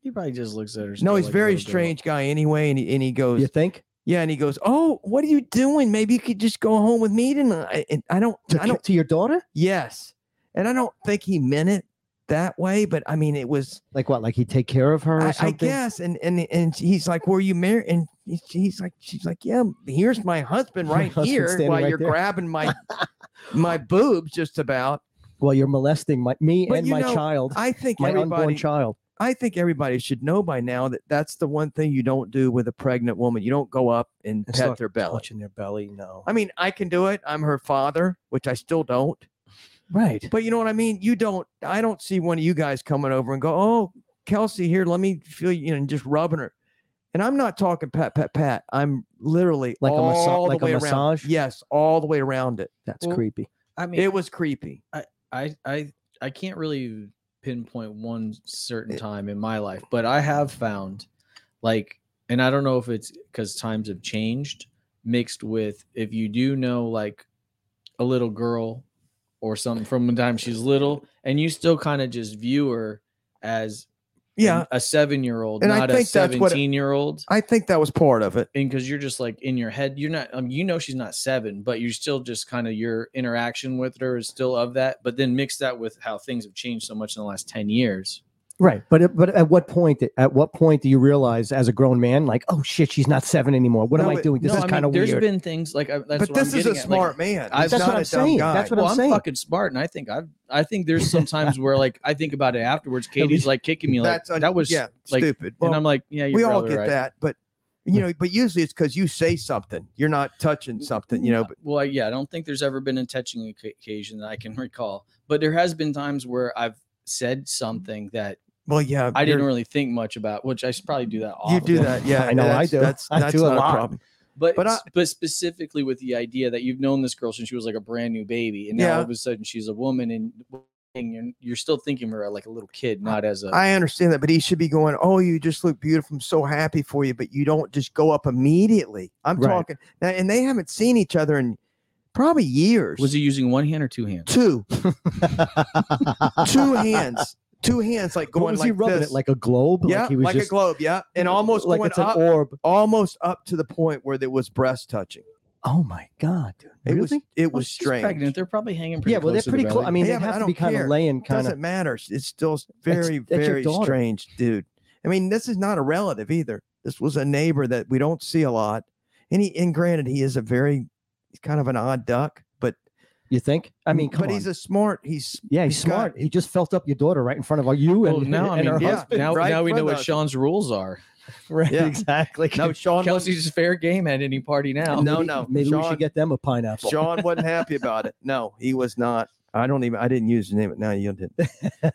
Speaker 4: He probably just looks at her.
Speaker 3: No,
Speaker 4: still
Speaker 3: he's
Speaker 4: like a
Speaker 3: very
Speaker 4: little girl.
Speaker 3: strange guy anyway. And he, and he goes,
Speaker 2: you think?
Speaker 3: "Yeah," and he goes, "Oh, what are you doing? Maybe you could just go home with me tonight." And I don't,
Speaker 2: To,
Speaker 3: I don't.
Speaker 2: to your daughter?
Speaker 3: Yes, and I don't think he meant it that way. But I mean, it was.
Speaker 2: Like what? Like he'd take care of her or
Speaker 3: I, I
Speaker 2: something?
Speaker 3: guess, and and and he's like, "Were you married?" And he's- he's like, "She's like, yeah, here's my husband
Speaker 2: My
Speaker 3: right
Speaker 2: husband's
Speaker 3: here,
Speaker 2: standing
Speaker 3: while
Speaker 2: right
Speaker 3: you're
Speaker 2: there."
Speaker 3: grabbing my my boobs just about."
Speaker 2: Well, you're molesting my me
Speaker 3: But
Speaker 2: and
Speaker 3: you
Speaker 2: my
Speaker 3: know,
Speaker 2: child,
Speaker 3: I think
Speaker 2: my unborn
Speaker 3: everybody,
Speaker 2: child.
Speaker 3: I think everybody should know by now that that's the one thing you don't do with a pregnant woman. You don't go up and
Speaker 2: It's
Speaker 3: pet
Speaker 2: not
Speaker 3: their belly.
Speaker 2: Touching their belly, no.
Speaker 3: I mean, I can do it. I'm her father, which I still don't.
Speaker 2: right.
Speaker 3: But you know what I mean? You don't, I don't see one of you guys coming over and go, oh, Kelsey, here, let me feel you, you know, and just rubbing her. And I'm not talking pat, pat, pat. I'm literally
Speaker 2: Like a massa-
Speaker 3: all
Speaker 2: like
Speaker 3: the
Speaker 2: a
Speaker 3: way around.
Speaker 2: massage?
Speaker 3: Yes, all the way around it.
Speaker 2: That's
Speaker 4: Well,
Speaker 2: creepy.
Speaker 4: I mean,
Speaker 3: It was creepy.
Speaker 4: I I I can't really pinpoint one certain
Speaker 3: It-
Speaker 4: time in my life, but I have found like and I don't know if it's cuz times have changed mixed with if you do know like a little girl or something from the time she's little and you still kind of just view her as an-
Speaker 3: Yeah,
Speaker 4: a 7-year-old
Speaker 3: And I
Speaker 4: not
Speaker 3: think
Speaker 4: a
Speaker 3: that's what-
Speaker 4: 17-year-old
Speaker 3: I think that was part of it.
Speaker 4: and because you're just like in your head you're not um, you know she's not seven but you're still just kind of your interaction with her is still of that but then mix that with how things have changed so much in the last 10 years
Speaker 2: Right. But it- but at what point at what point do you realize as a grown man like, "Oh shit, she's not 7 anymore. What
Speaker 3: No,
Speaker 2: am I
Speaker 3: but-
Speaker 2: doing? This
Speaker 4: No,
Speaker 2: is
Speaker 4: I mean,
Speaker 2: kind of
Speaker 4: there's
Speaker 2: weird."
Speaker 4: been things like I, that's
Speaker 3: but
Speaker 4: what I'm
Speaker 3: this is a
Speaker 4: getting at, like,
Speaker 3: smart man.
Speaker 4: I've-
Speaker 3: He's
Speaker 4: That's
Speaker 3: not
Speaker 2: what
Speaker 3: a
Speaker 2: I'm
Speaker 3: dumb
Speaker 2: saying.
Speaker 3: guy.
Speaker 2: That's what
Speaker 4: well,
Speaker 2: I'm
Speaker 4: I'm,
Speaker 2: saying.
Speaker 4: fucking smart, and I think I've I think there's some times where like I think about it afterwards. Katie's
Speaker 2: least-
Speaker 4: like kicking me like
Speaker 3: That's un-
Speaker 4: that was
Speaker 3: yeah,
Speaker 4: like,
Speaker 3: stupid.
Speaker 4: and
Speaker 3: Well,
Speaker 4: I'm like yeah you're
Speaker 3: we all
Speaker 4: probably
Speaker 3: get
Speaker 4: right.
Speaker 3: that, but you know, but usually it's because you say something. You're not touching something, you know. But
Speaker 4: Uh, well I- yeah i don't think there's ever been a touching oca- occasion that i can recall but there has been times where i've said something that
Speaker 3: well, yeah,
Speaker 4: I didn't
Speaker 3: you're-
Speaker 4: really think much about, which I s- probably do that.
Speaker 3: You
Speaker 4: Often.
Speaker 3: do that, yeah.
Speaker 2: I know I
Speaker 3: that's-
Speaker 2: do.
Speaker 3: That's
Speaker 2: I
Speaker 3: that's
Speaker 2: do a
Speaker 3: not a
Speaker 2: lot.
Speaker 3: problem.
Speaker 4: but
Speaker 3: But
Speaker 4: but,
Speaker 3: I-
Speaker 4: but specifically with the idea that you've known this girl since she was like a brand new baby, and now all
Speaker 3: Yeah.
Speaker 4: of a sudden she's a woman, and and you're, you're still thinking of her like a little kid, not as a
Speaker 3: I understand that, but he should be going, Oh, you just look beautiful. I'm so happy for you. But you don't just go up immediately. I'm
Speaker 2: Right.
Speaker 3: talking now, and they haven't seen each other in probably years.
Speaker 4: was he using one hand or two hands?
Speaker 3: two, two hands, two hands like
Speaker 2: What
Speaker 3: going
Speaker 2: was
Speaker 3: like
Speaker 2: he rubbing
Speaker 3: this.
Speaker 2: it like a globe?
Speaker 3: yeah,
Speaker 2: like he was
Speaker 3: like
Speaker 2: just
Speaker 3: a globe, yeah. And almost
Speaker 2: like
Speaker 3: going
Speaker 2: it's an
Speaker 3: up
Speaker 2: orb.
Speaker 3: almost up to the point where there was breast touching.
Speaker 2: Oh my god, dude.
Speaker 3: It
Speaker 2: Really? Oh,
Speaker 3: was it
Speaker 4: Well,
Speaker 3: was
Speaker 4: she's pregnant.
Speaker 3: strange.
Speaker 4: They're probably hanging. Pretty
Speaker 2: yeah, well, they're
Speaker 4: close to the
Speaker 2: pretty close.
Speaker 4: belly.
Speaker 2: I mean,
Speaker 3: Yeah,
Speaker 2: they
Speaker 3: but I
Speaker 2: have to
Speaker 3: don't
Speaker 2: be kind
Speaker 3: care.
Speaker 2: of laying kind
Speaker 3: Doesn't
Speaker 2: of.
Speaker 3: matter. It's still very,
Speaker 2: that's your
Speaker 3: very
Speaker 2: daughter.
Speaker 3: strange, dude. I mean, this is not a relative either. This was a neighbor that we don't see a lot. And he, and granted, he is a very, he's kind of an odd duck, but
Speaker 2: You think? I mean, come
Speaker 3: but
Speaker 2: on.
Speaker 3: he's a smart. He's
Speaker 2: yeah, he's
Speaker 3: he's got-
Speaker 2: smart. he just felt up your daughter right in front of you and,
Speaker 4: Well, now I
Speaker 2: and
Speaker 4: mean,
Speaker 2: her husband.
Speaker 4: yeah,
Speaker 3: husband,
Speaker 4: now,
Speaker 3: right?
Speaker 4: now we know what
Speaker 3: Friend of-
Speaker 4: Sean's rules are.
Speaker 2: Right,
Speaker 3: Yeah.
Speaker 2: exactly.
Speaker 3: no Sean. wasn't-
Speaker 4: Kelsey's fair game at any party now.
Speaker 3: No,
Speaker 2: maybe,
Speaker 3: no,
Speaker 2: Maybe we
Speaker 3: Sean-
Speaker 2: should get them a pineapple.
Speaker 3: Sean wasn't happy about it. No, he was not. I don't even. I didn't use the name. Now you did,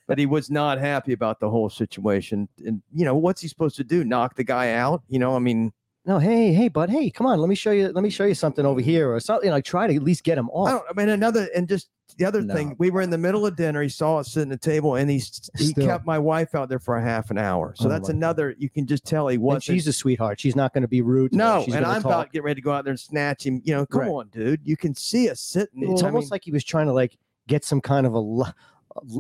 Speaker 3: but he was not happy about the whole situation. And you know what's he supposed to do? Knock the guy out? You know, I mean,
Speaker 2: No, hey, hey, bud, hey, come on, let me show you, let me show you something over here or something. Like try to at least get him
Speaker 3: I
Speaker 2: off.
Speaker 3: don't. I mean, another and just the other
Speaker 4: No.
Speaker 3: thing. We were in the middle of dinner. He saw us sitting at the table, and he s- he
Speaker 2: Still.
Speaker 3: kept my wife out there for a half an hour. So
Speaker 2: Oh
Speaker 3: that's
Speaker 2: my God.
Speaker 3: another. You can just tell he
Speaker 2: And
Speaker 3: wasn't.
Speaker 2: she's a sweetheart. She's not going to be rude. to him.
Speaker 3: no,
Speaker 2: She's
Speaker 3: and
Speaker 2: gonna
Speaker 3: I'm
Speaker 2: talk.
Speaker 3: about to get ready to go out there and snatch him. You know, come
Speaker 2: Right.
Speaker 3: on, dude. You can see us sitting.
Speaker 2: It's almost like he was trying to like get some kind of a li-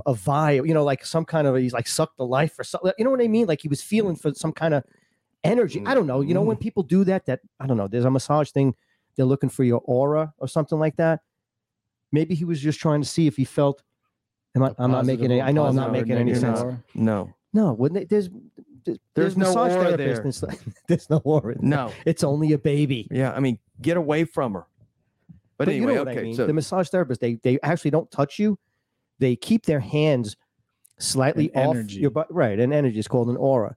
Speaker 2: a vibe, you know, like some kind of he's like sucked the life or something. You know what I mean? Like he was feeling for some kind of energy. I don't know. You know
Speaker 3: Mm-hmm.
Speaker 2: when people do that, that I don't know. There's a massage thing. They're looking for your aura or something like that. Maybe he was just trying to see if he felt. Am I,
Speaker 4: A
Speaker 2: I'm not making
Speaker 4: positive
Speaker 2: any.
Speaker 4: or
Speaker 2: I know I'm not
Speaker 4: positive or
Speaker 2: making any
Speaker 4: negative
Speaker 2: sense.
Speaker 4: aura.
Speaker 3: no,
Speaker 2: No, when they, there's, there's
Speaker 3: There's no
Speaker 2: massage
Speaker 3: aura
Speaker 2: therapists and stuff- there's no aura.
Speaker 3: no.
Speaker 2: It's only a baby.
Speaker 3: Yeah, I mean, get away from her. But,
Speaker 2: But
Speaker 3: anyway,
Speaker 2: you know what
Speaker 3: okay.
Speaker 2: I mean.
Speaker 3: So
Speaker 2: the massage therapist, they they actually don't touch you. They keep their hands slightly
Speaker 4: And
Speaker 2: off
Speaker 4: energy.
Speaker 2: your butt. Right, and energy is called an aura.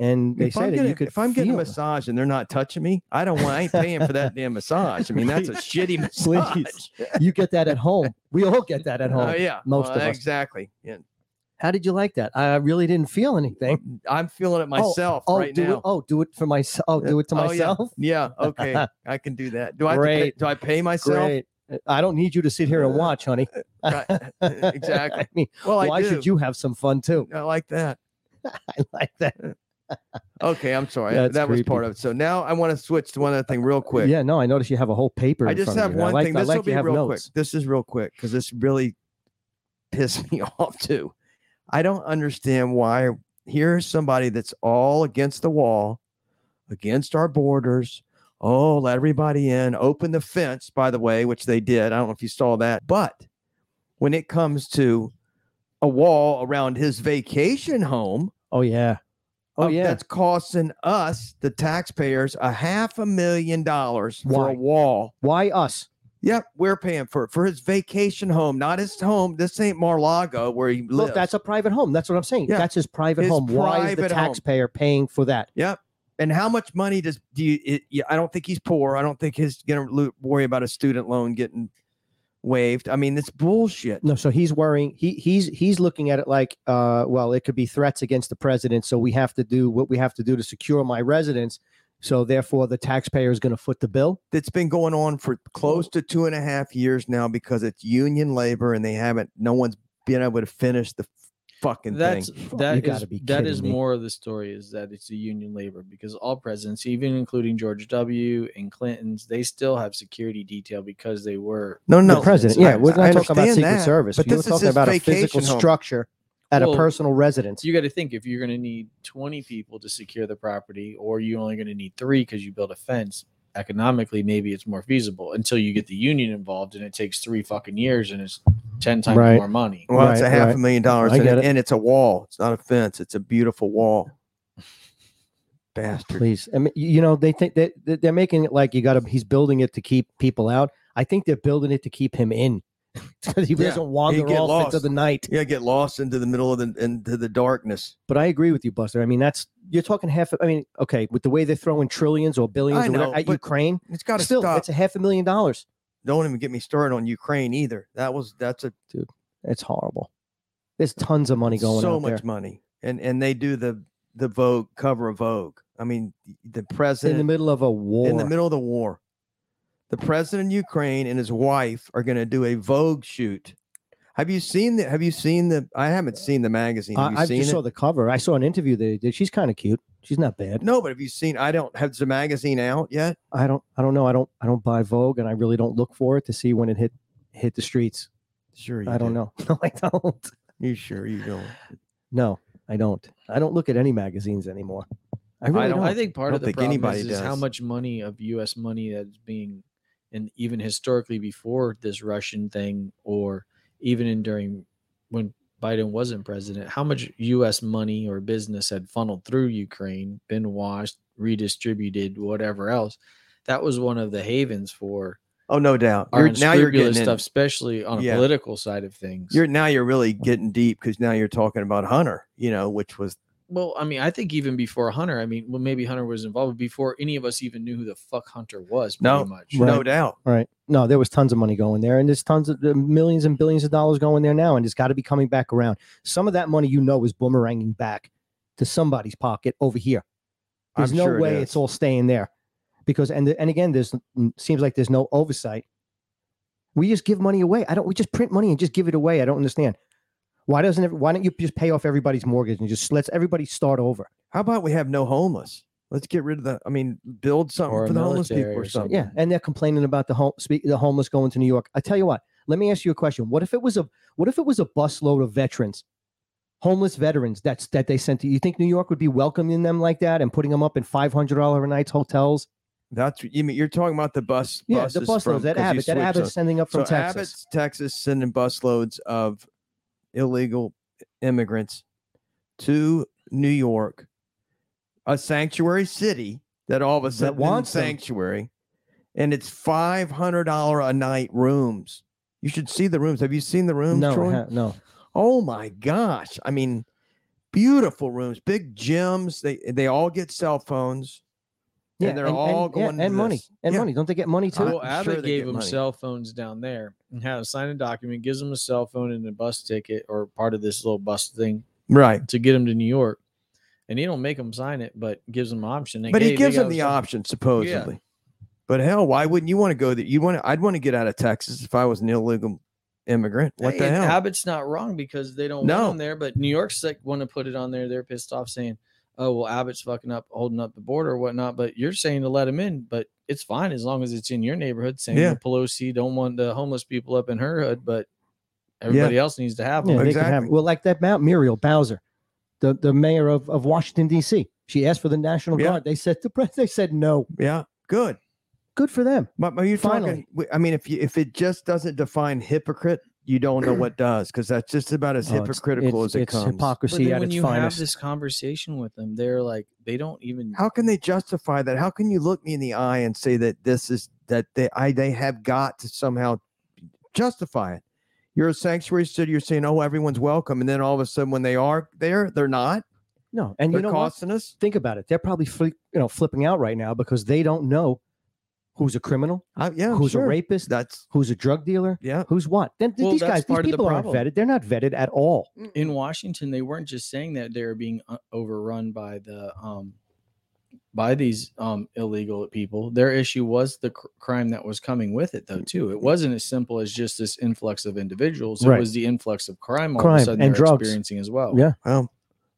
Speaker 2: And they
Speaker 3: if
Speaker 2: say
Speaker 3: I'm
Speaker 2: that
Speaker 3: getting,
Speaker 2: you could
Speaker 3: if I'm getting a
Speaker 2: feel them.
Speaker 3: massage and they're not touching me, I don't want. I ain't paying for that damn massage. I mean, that's a shitty massage.
Speaker 2: Please. you get that at home. We all get that at
Speaker 3: Oh
Speaker 2: home.
Speaker 3: yeah,
Speaker 2: most of us.
Speaker 3: exactly. Yeah.
Speaker 2: How did you like that? I really didn't feel anything.
Speaker 3: I'm feeling it myself
Speaker 2: Oh,
Speaker 3: right
Speaker 2: do
Speaker 3: now.
Speaker 2: it. Oh, do it for myself. Oh, do it to
Speaker 3: Oh, yeah.
Speaker 2: myself.
Speaker 3: Yeah, okay, I can do that. Do I? have to pay-
Speaker 2: Great.
Speaker 3: do I pay myself? Uh,
Speaker 2: Great. I don't need you to sit here and watch, honey.
Speaker 3: Right. Exactly.
Speaker 2: I mean,
Speaker 3: Well, I
Speaker 2: why
Speaker 3: do.
Speaker 2: should you have some fun too?
Speaker 3: I like that.
Speaker 2: I like that.
Speaker 3: Okay, I'm sorry.
Speaker 2: That's
Speaker 3: that was part
Speaker 2: creepy.
Speaker 3: of it. So now I want to switch to one other thing real quick.
Speaker 2: Yeah, no, I noticed you have a whole paper.
Speaker 3: I
Speaker 2: in
Speaker 3: just
Speaker 2: front of
Speaker 3: have
Speaker 2: you, and I
Speaker 3: one
Speaker 2: like,
Speaker 3: thing.
Speaker 2: I
Speaker 3: This
Speaker 2: like
Speaker 3: will
Speaker 2: you
Speaker 3: be
Speaker 2: have
Speaker 3: real
Speaker 2: notes.
Speaker 3: quick. This is real quick because this really pissed me off too. I don't understand why here's somebody that's all against the wall, against our borders. Oh, let everybody in. Open the fence, by the way, which they did. I don't know if you saw that. But when it comes to a wall around his vacation home,
Speaker 2: Oh yeah. Oh
Speaker 3: of-
Speaker 2: yeah.
Speaker 3: that's costing us, the taxpayers, a half a million dollars for
Speaker 2: Why?
Speaker 3: a wall.
Speaker 2: Why us?
Speaker 3: Yep, we're paying for it for his vacation home, not his home. This ain't Mar-Lago where he lives.
Speaker 2: Look, that's a private home. That's what I'm saying.
Speaker 3: Yeah.
Speaker 2: That's his private
Speaker 3: His
Speaker 2: home. Why is the
Speaker 3: private home.
Speaker 2: taxpayer paying for that?
Speaker 3: Yep. And how much money does do you? It, yeah, I don't think he's poor. I don't think he's gonna lo- worry about a student loan getting waived. I mean, it's bullshit.
Speaker 2: No, so he's worrying. He he's he's looking at it like, uh, well, it could be threats against the president, so we have to do what we have to do to secure my residence. So therefore, the taxpayer is going to foot the bill.
Speaker 3: That's been going on for close to two and a half years now because it's union labor and they haven't. No one's been able to finish the fucking
Speaker 4: That's
Speaker 3: thing.
Speaker 2: you
Speaker 4: that
Speaker 2: gotta
Speaker 4: is
Speaker 2: be
Speaker 4: that
Speaker 2: kidding
Speaker 4: is
Speaker 2: me.
Speaker 4: more of the story is that it's a union labor because all presidents, even including George W. and Clinton's, they still have security detail because they were
Speaker 3: No, no,
Speaker 2: the president.
Speaker 4: I-
Speaker 2: Yeah, we're
Speaker 3: I
Speaker 2: not talking about
Speaker 3: understand
Speaker 2: Secret
Speaker 3: that,
Speaker 2: Service.
Speaker 3: but
Speaker 2: You're
Speaker 3: this is
Speaker 2: talking
Speaker 3: his
Speaker 2: about a physical
Speaker 3: vacation home.
Speaker 2: structure at
Speaker 4: Well,
Speaker 2: a personal residence.
Speaker 4: So you got to think if you're going to need 20 people to secure the property, or you're only going to need three because you build a fence. Economically, maybe it's more feasible until you get the union involved, and it takes three fucking years, and it's ten times
Speaker 2: Right.
Speaker 4: more money.
Speaker 3: Well, it's a
Speaker 2: Right,
Speaker 3: half a
Speaker 2: right.
Speaker 3: million dollars,
Speaker 2: I
Speaker 3: and,
Speaker 2: get
Speaker 3: it-
Speaker 2: it.
Speaker 3: and it's a wall. It's not a fence. It's a beautiful wall. Bastard.
Speaker 2: Please, I mean, you you know, they think that that they're making it like you got to. He's building it to keep people out. I think they're building it to keep him in, because he
Speaker 3: Yeah,
Speaker 2: doesn't wander
Speaker 3: get
Speaker 2: off into
Speaker 3: lost.
Speaker 2: the night.
Speaker 3: Yeah, get lost into the middle of the into the darkness.
Speaker 2: But I agree with you, Buster. I mean, that's you're talking half. I mean, okay, with the way they're throwing trillions or billions
Speaker 3: I
Speaker 2: or whatever
Speaker 3: know,
Speaker 2: at
Speaker 3: but
Speaker 2: Ukraine,
Speaker 3: It's got to
Speaker 2: still
Speaker 3: stop.
Speaker 2: it's a half a million dollars.
Speaker 3: Don't even get me started on Ukraine either. That was that's a
Speaker 2: It's horrible. There's tons of money going
Speaker 3: so
Speaker 2: out
Speaker 3: much
Speaker 2: there
Speaker 3: money, and and they do the the Vogue cover of Vogue. I mean, the
Speaker 2: in the
Speaker 3: president
Speaker 2: middle of a war.
Speaker 3: in the middle of the war, the president of Ukraine and his wife are going to do a Vogue shoot. Have you seen the? Have you seen the? I haven't seen the magazine. Have you
Speaker 2: I, I
Speaker 3: seen
Speaker 2: just
Speaker 3: it?
Speaker 2: saw the cover. I saw an interview that he did. She's kind of cute. She's not bad.
Speaker 3: no, but have you seen? I don't. Has the magazine out yet?
Speaker 2: I don't I don't know. I don't I don't buy Vogue and I really don't look for it to see when it hit hit the streets.
Speaker 3: Sure, you
Speaker 2: I don't
Speaker 3: do.
Speaker 2: know. No, I don't.
Speaker 3: You sure you don't?
Speaker 2: No, I don't. I don't look at any magazines anymore. I really
Speaker 3: don't-
Speaker 2: don't.
Speaker 4: I think part
Speaker 3: don't
Speaker 4: of the
Speaker 3: think
Speaker 4: problem
Speaker 3: anybody
Speaker 4: is, is how
Speaker 3: does.
Speaker 4: much money of U.S. money that's being, and even historically before this Russian thing, or even in during when Biden wasn't president, how much U.S. money or business had funneled through Ukraine, been washed, redistributed, whatever else. That was one of the havens for
Speaker 3: Oh, no doubt.
Speaker 4: our
Speaker 3: You're, now you're
Speaker 4: unscrupulous
Speaker 3: getting in.
Speaker 4: stuff, especially on a
Speaker 3: Yeah.
Speaker 4: political side of things.
Speaker 3: You're now you're really getting deep because now you're talking about Hunter. You know, which was
Speaker 4: well, I mean, I think even before Hunter, I mean, well, maybe Hunter was involved but before any of us even knew who the fuck Hunter was. Pretty
Speaker 3: No,
Speaker 4: much.
Speaker 3: no
Speaker 2: Right.
Speaker 3: doubt.
Speaker 2: Right. No, there was tons of money going there, and there's tons of uh, millions and billions of dollars going there now, and it's got to be coming back around. Some of that money, you know, is boomeranging back to somebody's pocket over here. There's
Speaker 3: I'm
Speaker 2: no
Speaker 3: sure it
Speaker 2: way
Speaker 3: is.
Speaker 2: it's all staying there, because and and again, there's n- seems like there's no oversight. We just give money away. I don't. We just print money and just give it away. I don't understand. Why doesn't every, why don't you just pay off everybody's mortgage and just let's everybody start over?
Speaker 3: How about we have no homeless? Let's get rid of the. I mean, build something
Speaker 4: Or a
Speaker 3: for the homeless people
Speaker 4: military
Speaker 3: or
Speaker 4: or
Speaker 3: something.
Speaker 2: Yeah, and they're complaining about the home speak the homeless going to New York. I tell you what, let me ask you a question. What if it was a what if it was a busload of veterans, homeless veterans that's that they sent to you think New York would be welcoming them like that and putting them up in five hundred dollar a night hotels?
Speaker 3: That's what you mean. You're talking about the bus.
Speaker 2: Yeah, the
Speaker 3: buses
Speaker 2: busloads
Speaker 3: from-
Speaker 2: that
Speaker 3: 'cause you
Speaker 2: Abbott that
Speaker 3: switched
Speaker 2: Abbott's
Speaker 3: us.
Speaker 2: sending up from
Speaker 3: so
Speaker 2: Texas.
Speaker 3: Abbott's Texas sending busloads of illegal immigrants to New York, a sanctuary city that all of a sudden is
Speaker 2: wants them.
Speaker 3: sanctuary, and it's five hundred dollar a night rooms. You should see the rooms. Have you seen the rooms?
Speaker 2: no, I
Speaker 3: Troy?
Speaker 2: ha- no.
Speaker 3: Oh my gosh. I mean, beautiful rooms, big gyms. They they all get cell phones.
Speaker 2: Yeah,
Speaker 3: they're all going to
Speaker 2: and money
Speaker 3: this.
Speaker 2: and
Speaker 3: Yeah. Uh,
Speaker 2: money. Don't they get money too?
Speaker 3: I'm
Speaker 4: Well, Abbott
Speaker 3: sure they
Speaker 4: gave
Speaker 3: get
Speaker 4: him
Speaker 3: money.
Speaker 4: cell phones down there and had him sign a document, gives him a cell phone and a bus ticket or part of this little bus thing
Speaker 3: Right.
Speaker 4: to get him to New York. And he don't make him sign it, but gives him an option. They
Speaker 3: But he
Speaker 4: gave- they
Speaker 3: gives them
Speaker 4: got
Speaker 3: the
Speaker 4: him-
Speaker 3: option, supposedly. But hell, why wouldn't you want to go there? You want to, I'd want to get out of Texas if I was an illegal immigrant. What the
Speaker 4: And
Speaker 3: hell?
Speaker 4: Abbott's not wrong because they don't
Speaker 3: No.
Speaker 4: want him there, but New York's like want to put it on there. They're pissed off saying, "Oh well, Abbott's fucking up, holding up the border or whatnot." But you're saying to let him in, but it's fine as long as it's in your neighborhood. Saying
Speaker 3: Yeah.
Speaker 4: Pelosi don't want the homeless people up in her hood, but everybody else needs to have them.
Speaker 2: Yeah, they can have
Speaker 3: Exactly.
Speaker 2: well, like that Mount Muriel Bowser, the, the mayor of, of Washington D.C. She asked for the National
Speaker 3: Yeah.
Speaker 2: Guard. They said the press. They said no.
Speaker 3: yeah. Good.
Speaker 2: Good for them.
Speaker 3: But are you talking?
Speaker 2: Finally.
Speaker 3: w- I mean, if you, if it just doesn't define hypocrite, you don't know what does, because that's just about as
Speaker 2: Oh, it's-
Speaker 3: hypocritical
Speaker 2: it's-
Speaker 3: as it
Speaker 2: it's
Speaker 3: comes.
Speaker 4: But
Speaker 2: Hypocrisy
Speaker 4: then
Speaker 2: at
Speaker 4: when
Speaker 2: its
Speaker 4: you have
Speaker 2: finest.
Speaker 4: this conversation with them, they're like, they don't even.
Speaker 3: How can they justify that? How can you look me in the eye and say that this is that they I they have got to somehow justify it. You're a sanctuary city. You're saying, "Oh, everyone's welcome," and then all of a sudden, when they are there, they're not.
Speaker 2: No, and
Speaker 3: they're
Speaker 2: you know what?
Speaker 3: costing us.
Speaker 2: Think about it. They're probably fli you know flipping out right now because they don't know who's a criminal,
Speaker 3: Uh, yeah,
Speaker 2: who's
Speaker 3: sure.
Speaker 2: a rapist,
Speaker 3: That's
Speaker 2: who's a drug dealer,
Speaker 3: yeah.
Speaker 2: who's what. Then th-
Speaker 4: Well,
Speaker 2: these
Speaker 4: that's
Speaker 2: guys, these
Speaker 4: part of the
Speaker 2: people aren't
Speaker 4: problem.
Speaker 2: vetted. They're not vetted at all.
Speaker 4: in Washington, they weren't just saying that they're being uh, overrun by the um, by these um, illegal people. Their issue was the cr- crime that was coming with it, though.
Speaker 2: Mm.
Speaker 4: Too, it wasn't as simple as just this influx of individuals. It
Speaker 2: Right.
Speaker 4: was the influx of crime all of
Speaker 2: Crime
Speaker 4: a sudden
Speaker 2: and
Speaker 4: they're
Speaker 2: drugs.
Speaker 4: experiencing as well.
Speaker 2: Yeah.
Speaker 3: Well,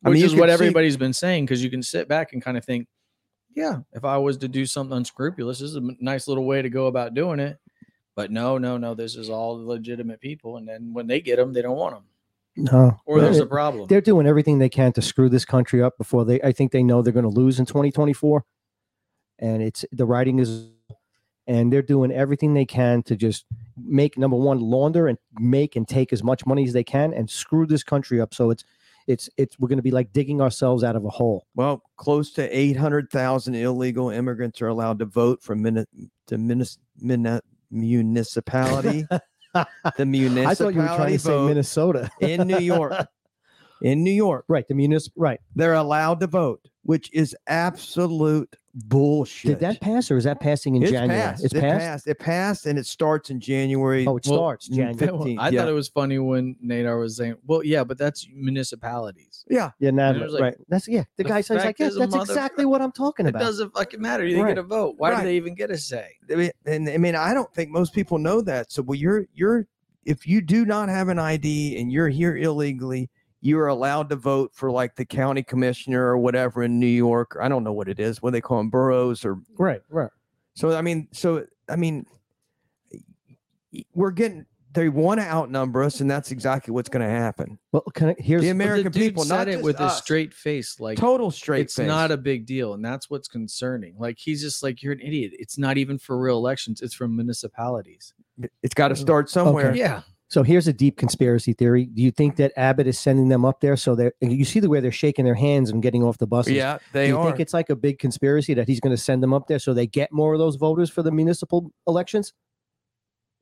Speaker 3: I
Speaker 4: which
Speaker 3: mean, you
Speaker 4: is
Speaker 3: can
Speaker 4: what
Speaker 3: see-
Speaker 4: everybody's been saying because you can sit back and kind of think, yeah, if I was to do something unscrupulous, this is a m- nice little way to go about doing it. But no, no, no, this is all legitimate people, and then when they get them, they don't want them,
Speaker 2: No,
Speaker 4: or there's
Speaker 2: Well,
Speaker 4: a problem.
Speaker 2: they're doing everything they can to screw this country up before they. I think they know they're going to lose in 2024, and it's the writing is, and they're doing everything they can to just make number one launder and make and take as much money as they can and screw this country up. So it's, it's, it's we're going to be like digging ourselves out of a hole.
Speaker 3: Well, close to 800,000 illegal immigrants are allowed to vote from mini- to minis- mini- municipality. the municipality
Speaker 2: I thought you were trying to say
Speaker 3: vote
Speaker 2: Minnesota,
Speaker 3: in New York. In New York,
Speaker 2: right? The municipal, right?
Speaker 3: they're allowed to vote, which is absolute bullshit.
Speaker 2: Did that pass or is that passing in
Speaker 3: It's
Speaker 2: January?
Speaker 3: passed.
Speaker 2: It's
Speaker 3: it
Speaker 2: passed.
Speaker 3: It passed, and it starts in January.
Speaker 2: Oh, it
Speaker 4: Well,
Speaker 2: starts
Speaker 3: mm,
Speaker 2: January.
Speaker 4: Well,
Speaker 3: 15th,
Speaker 4: I
Speaker 3: yeah.
Speaker 4: thought it was funny when Nadar was saying, "Well, yeah, but that's municipalities.
Speaker 3: yeah,
Speaker 2: Yeah, nah,
Speaker 4: And it was like,
Speaker 2: right. That's yeah. The
Speaker 4: the
Speaker 2: guy says like,
Speaker 4: fact
Speaker 2: yes,
Speaker 4: is a
Speaker 2: that's
Speaker 4: mother-
Speaker 2: exactly what I'm talking
Speaker 4: It
Speaker 2: about.
Speaker 4: doesn't fucking matter. You didn't
Speaker 2: Right.
Speaker 4: get a vote. Why
Speaker 3: Right.
Speaker 4: do they even get a say?
Speaker 3: I mean, and I mean, I don't think most people know that. So, well, you're you're if you do not have an ID and you're here illegally, you are allowed to vote for like the county commissioner or whatever in New York. Or I don't know what it is, what they call them, boroughs or
Speaker 2: Right, right.
Speaker 3: so. I mean, so I mean, y- we're getting they want to outnumber us, and that's exactly what's going to happen.
Speaker 2: Well, can I, here's
Speaker 3: The American
Speaker 4: But the dude
Speaker 3: people,
Speaker 4: said
Speaker 3: not
Speaker 4: it
Speaker 3: just
Speaker 4: with a
Speaker 3: us.
Speaker 4: straight face, like
Speaker 3: Total straight.
Speaker 4: it's not
Speaker 3: face.
Speaker 4: a big deal, and that's what's concerning. Like he's just like, you're an idiot. It's not even for real elections. It's from municipalities.
Speaker 3: It's got to start somewhere.
Speaker 4: Yeah,
Speaker 2: so here's a deep conspiracy theory. Do you think that Abbott is sending them up there so they're and you see the way they're shaking their hands and getting off the buses?
Speaker 3: Yeah,
Speaker 2: Do
Speaker 3: they
Speaker 2: you
Speaker 3: are.
Speaker 2: think it's like a big conspiracy that he's going to send them up there so they get more of those voters for the municipal elections?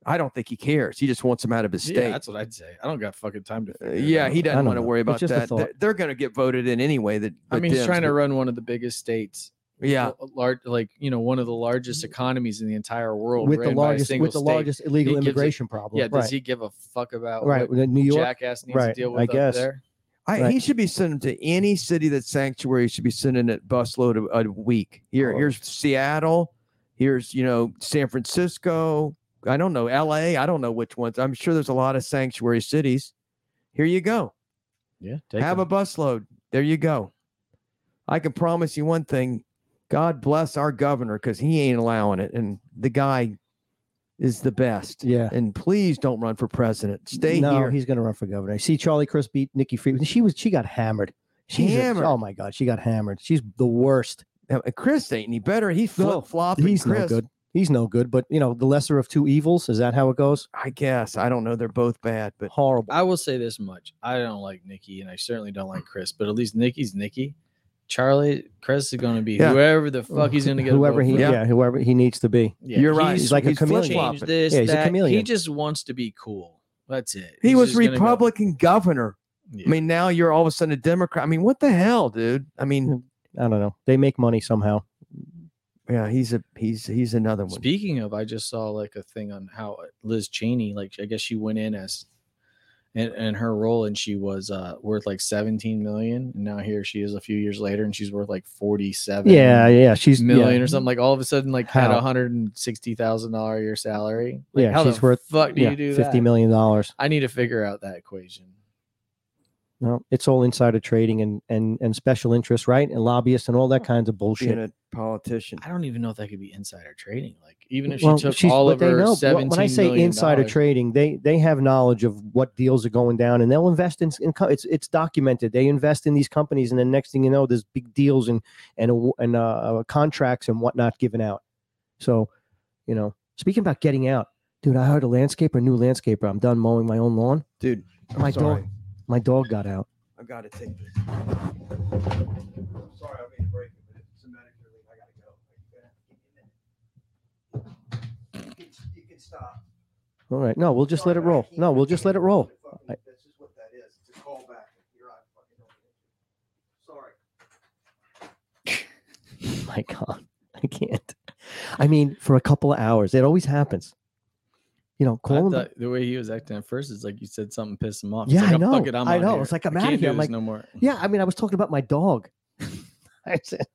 Speaker 3: I don't think he cares. He just wants them out of his state.
Speaker 4: yeah, that's what I'd say. I don't got fucking time to.
Speaker 3: Uh,
Speaker 4: figure it
Speaker 3: yeah,
Speaker 4: out.
Speaker 3: he doesn't
Speaker 2: don't
Speaker 3: want to
Speaker 2: know.
Speaker 3: worry
Speaker 2: It's
Speaker 3: about
Speaker 2: just a
Speaker 3: that. They're,
Speaker 2: thought.
Speaker 3: going to get voted in anyway. That
Speaker 4: I
Speaker 3: the
Speaker 4: mean, he's
Speaker 3: Dems,
Speaker 4: trying to
Speaker 3: but-
Speaker 4: run one of the biggest states.
Speaker 3: Yeah,
Speaker 4: large, like you know, one of the largest economies in the entire world.
Speaker 2: Mm. with the
Speaker 4: ran by a
Speaker 2: largest
Speaker 4: single
Speaker 2: with the
Speaker 4: state.
Speaker 2: largest illegal
Speaker 4: He gives it-
Speaker 2: immigration problem.
Speaker 4: Yeah, does
Speaker 2: right.
Speaker 4: he give a fuck about
Speaker 2: right.
Speaker 4: right.
Speaker 2: with New York.
Speaker 4: jackass needs to
Speaker 2: Right,
Speaker 4: deal
Speaker 2: I
Speaker 4: with up
Speaker 2: guess.
Speaker 4: there?
Speaker 3: I,
Speaker 2: Right.
Speaker 3: he should be sending to any city that's sanctuary. He Should be sending a busload a, a week. Here,
Speaker 2: Oh.
Speaker 3: here's Seattle. Here's you know San Francisco. I don't know L.A. I don't know which ones. I'm sure there's a lot of sanctuary cities. Here you go.
Speaker 4: Yeah,
Speaker 3: Have a busload. There you go. I can promise you one thing. God bless our governor because he ain't allowing it. And the guy is the best.
Speaker 2: Yeah.
Speaker 3: And please don't run for president. Stay
Speaker 2: no,
Speaker 3: here.
Speaker 2: he's going to run for governor. I see Charlie Crist beat Nikki Freeman. She was she got hammered. She's a-
Speaker 3: Hammered.
Speaker 2: oh my god, she got hammered. She's the worst.
Speaker 3: Now, uh, Chris ain't any better. He
Speaker 2: No,
Speaker 3: flip flopped.
Speaker 2: He's
Speaker 3: Chris,
Speaker 2: no good. He's no good. But you know, the lesser of two evils is that how it goes?
Speaker 3: I guess. I don't know. They're both bad, but
Speaker 2: Horrible.
Speaker 4: I will say this much: I don't like Nikki, and I certainly don't like Chris. But at least Nikki's Nikki. Charlie, Chris is going to be
Speaker 3: Yeah.
Speaker 4: whoever the fuck he's going to get. a
Speaker 2: whoever
Speaker 4: vote
Speaker 2: he
Speaker 4: for.
Speaker 2: yeah. whoever he needs to be.
Speaker 4: Yeah,
Speaker 3: You're right.
Speaker 4: He's,
Speaker 2: He's like a
Speaker 4: he's
Speaker 2: chameleon.
Speaker 4: changed
Speaker 3: flip-flopping.
Speaker 4: This,
Speaker 2: Yeah, he's a
Speaker 4: that. He
Speaker 2: chameleon.
Speaker 4: just wants to be cool. That's it.
Speaker 3: he
Speaker 4: He's
Speaker 3: was
Speaker 4: just gonna go-
Speaker 3: Republican governor.
Speaker 4: Yeah.
Speaker 3: I mean, now you're all of a sudden a Democrat. I mean, what the hell, dude? I mean,
Speaker 2: I don't know. They make money somehow. Hmm.
Speaker 3: yeah, he's a he's he's another one.
Speaker 4: Speaking of, I just saw like a thing on how Liz Cheney, like I guess she went in as and and her role and she was uh worth like 17 million. And now here she is a few years later and she's worth like 47
Speaker 2: Yeah, yeah. She's
Speaker 4: million
Speaker 2: yeah.
Speaker 4: or something. Like all of a sudden, like had
Speaker 2: How?
Speaker 4: a hundred and sixty thousand dollar a year salary. Like,
Speaker 2: Yeah,
Speaker 4: how
Speaker 2: she's
Speaker 4: the
Speaker 2: worth
Speaker 4: fuck do
Speaker 2: yeah,
Speaker 4: you do
Speaker 2: fifty
Speaker 4: that?
Speaker 2: million dollars.
Speaker 4: I need to figure out that equation.
Speaker 2: No, it's all insider trading and and and special interests, right? And lobbyists and all that kinds of bullshit.
Speaker 3: Being a politician.
Speaker 4: I don't even know if that could be insider trading. Like even if she
Speaker 2: Well,
Speaker 4: took
Speaker 2: she's-
Speaker 4: all
Speaker 2: but
Speaker 4: of
Speaker 2: they
Speaker 4: her
Speaker 2: know- wh-
Speaker 4: seventeen
Speaker 2: when I say
Speaker 4: million
Speaker 2: insider
Speaker 4: dollars-
Speaker 2: trading, they they have knowledge of what deals are going down, and they'll invest in. in co- it's it's documented. They invest in these companies, and then next thing you know, there's big deals and and aw- and uh, uh, contracts and whatnot given out. So, you know, speaking about getting out, dude, I hired a landscaper, a new landscaper. I'm done mowing my own lawn.
Speaker 3: Dude, I'm
Speaker 2: My
Speaker 3: sorry.
Speaker 2: dog, my dog got out.
Speaker 3: I gotta take this. Sorry, I made a break, but it's a manicure. I gotta go. can stop.
Speaker 2: All right. No, we'll just let it
Speaker 3: Sorry, I
Speaker 2: roll.
Speaker 3: keep
Speaker 2: No, we'll just let it roll.
Speaker 3: Fucking-
Speaker 2: I-
Speaker 3: That's just what that is. It's a callback. You're on fucking Sorry.
Speaker 2: My God, I can't. I mean, for a couple of hours, it always happens. You know,
Speaker 4: I
Speaker 2: call him.
Speaker 4: thought the way he was acting at first is like you said something pissed him off.
Speaker 2: Yeah,
Speaker 4: He's like,
Speaker 2: I
Speaker 4: "Oh,
Speaker 2: know.
Speaker 4: Fuck it, I'm
Speaker 2: I
Speaker 4: out
Speaker 2: know.
Speaker 4: here.
Speaker 2: It's like, I'm
Speaker 4: I
Speaker 2: outta
Speaker 4: can't
Speaker 2: here."
Speaker 4: do
Speaker 2: I'm
Speaker 4: this
Speaker 2: like,
Speaker 4: no more.
Speaker 2: yeah, I mean, I was talking about my dog. I said,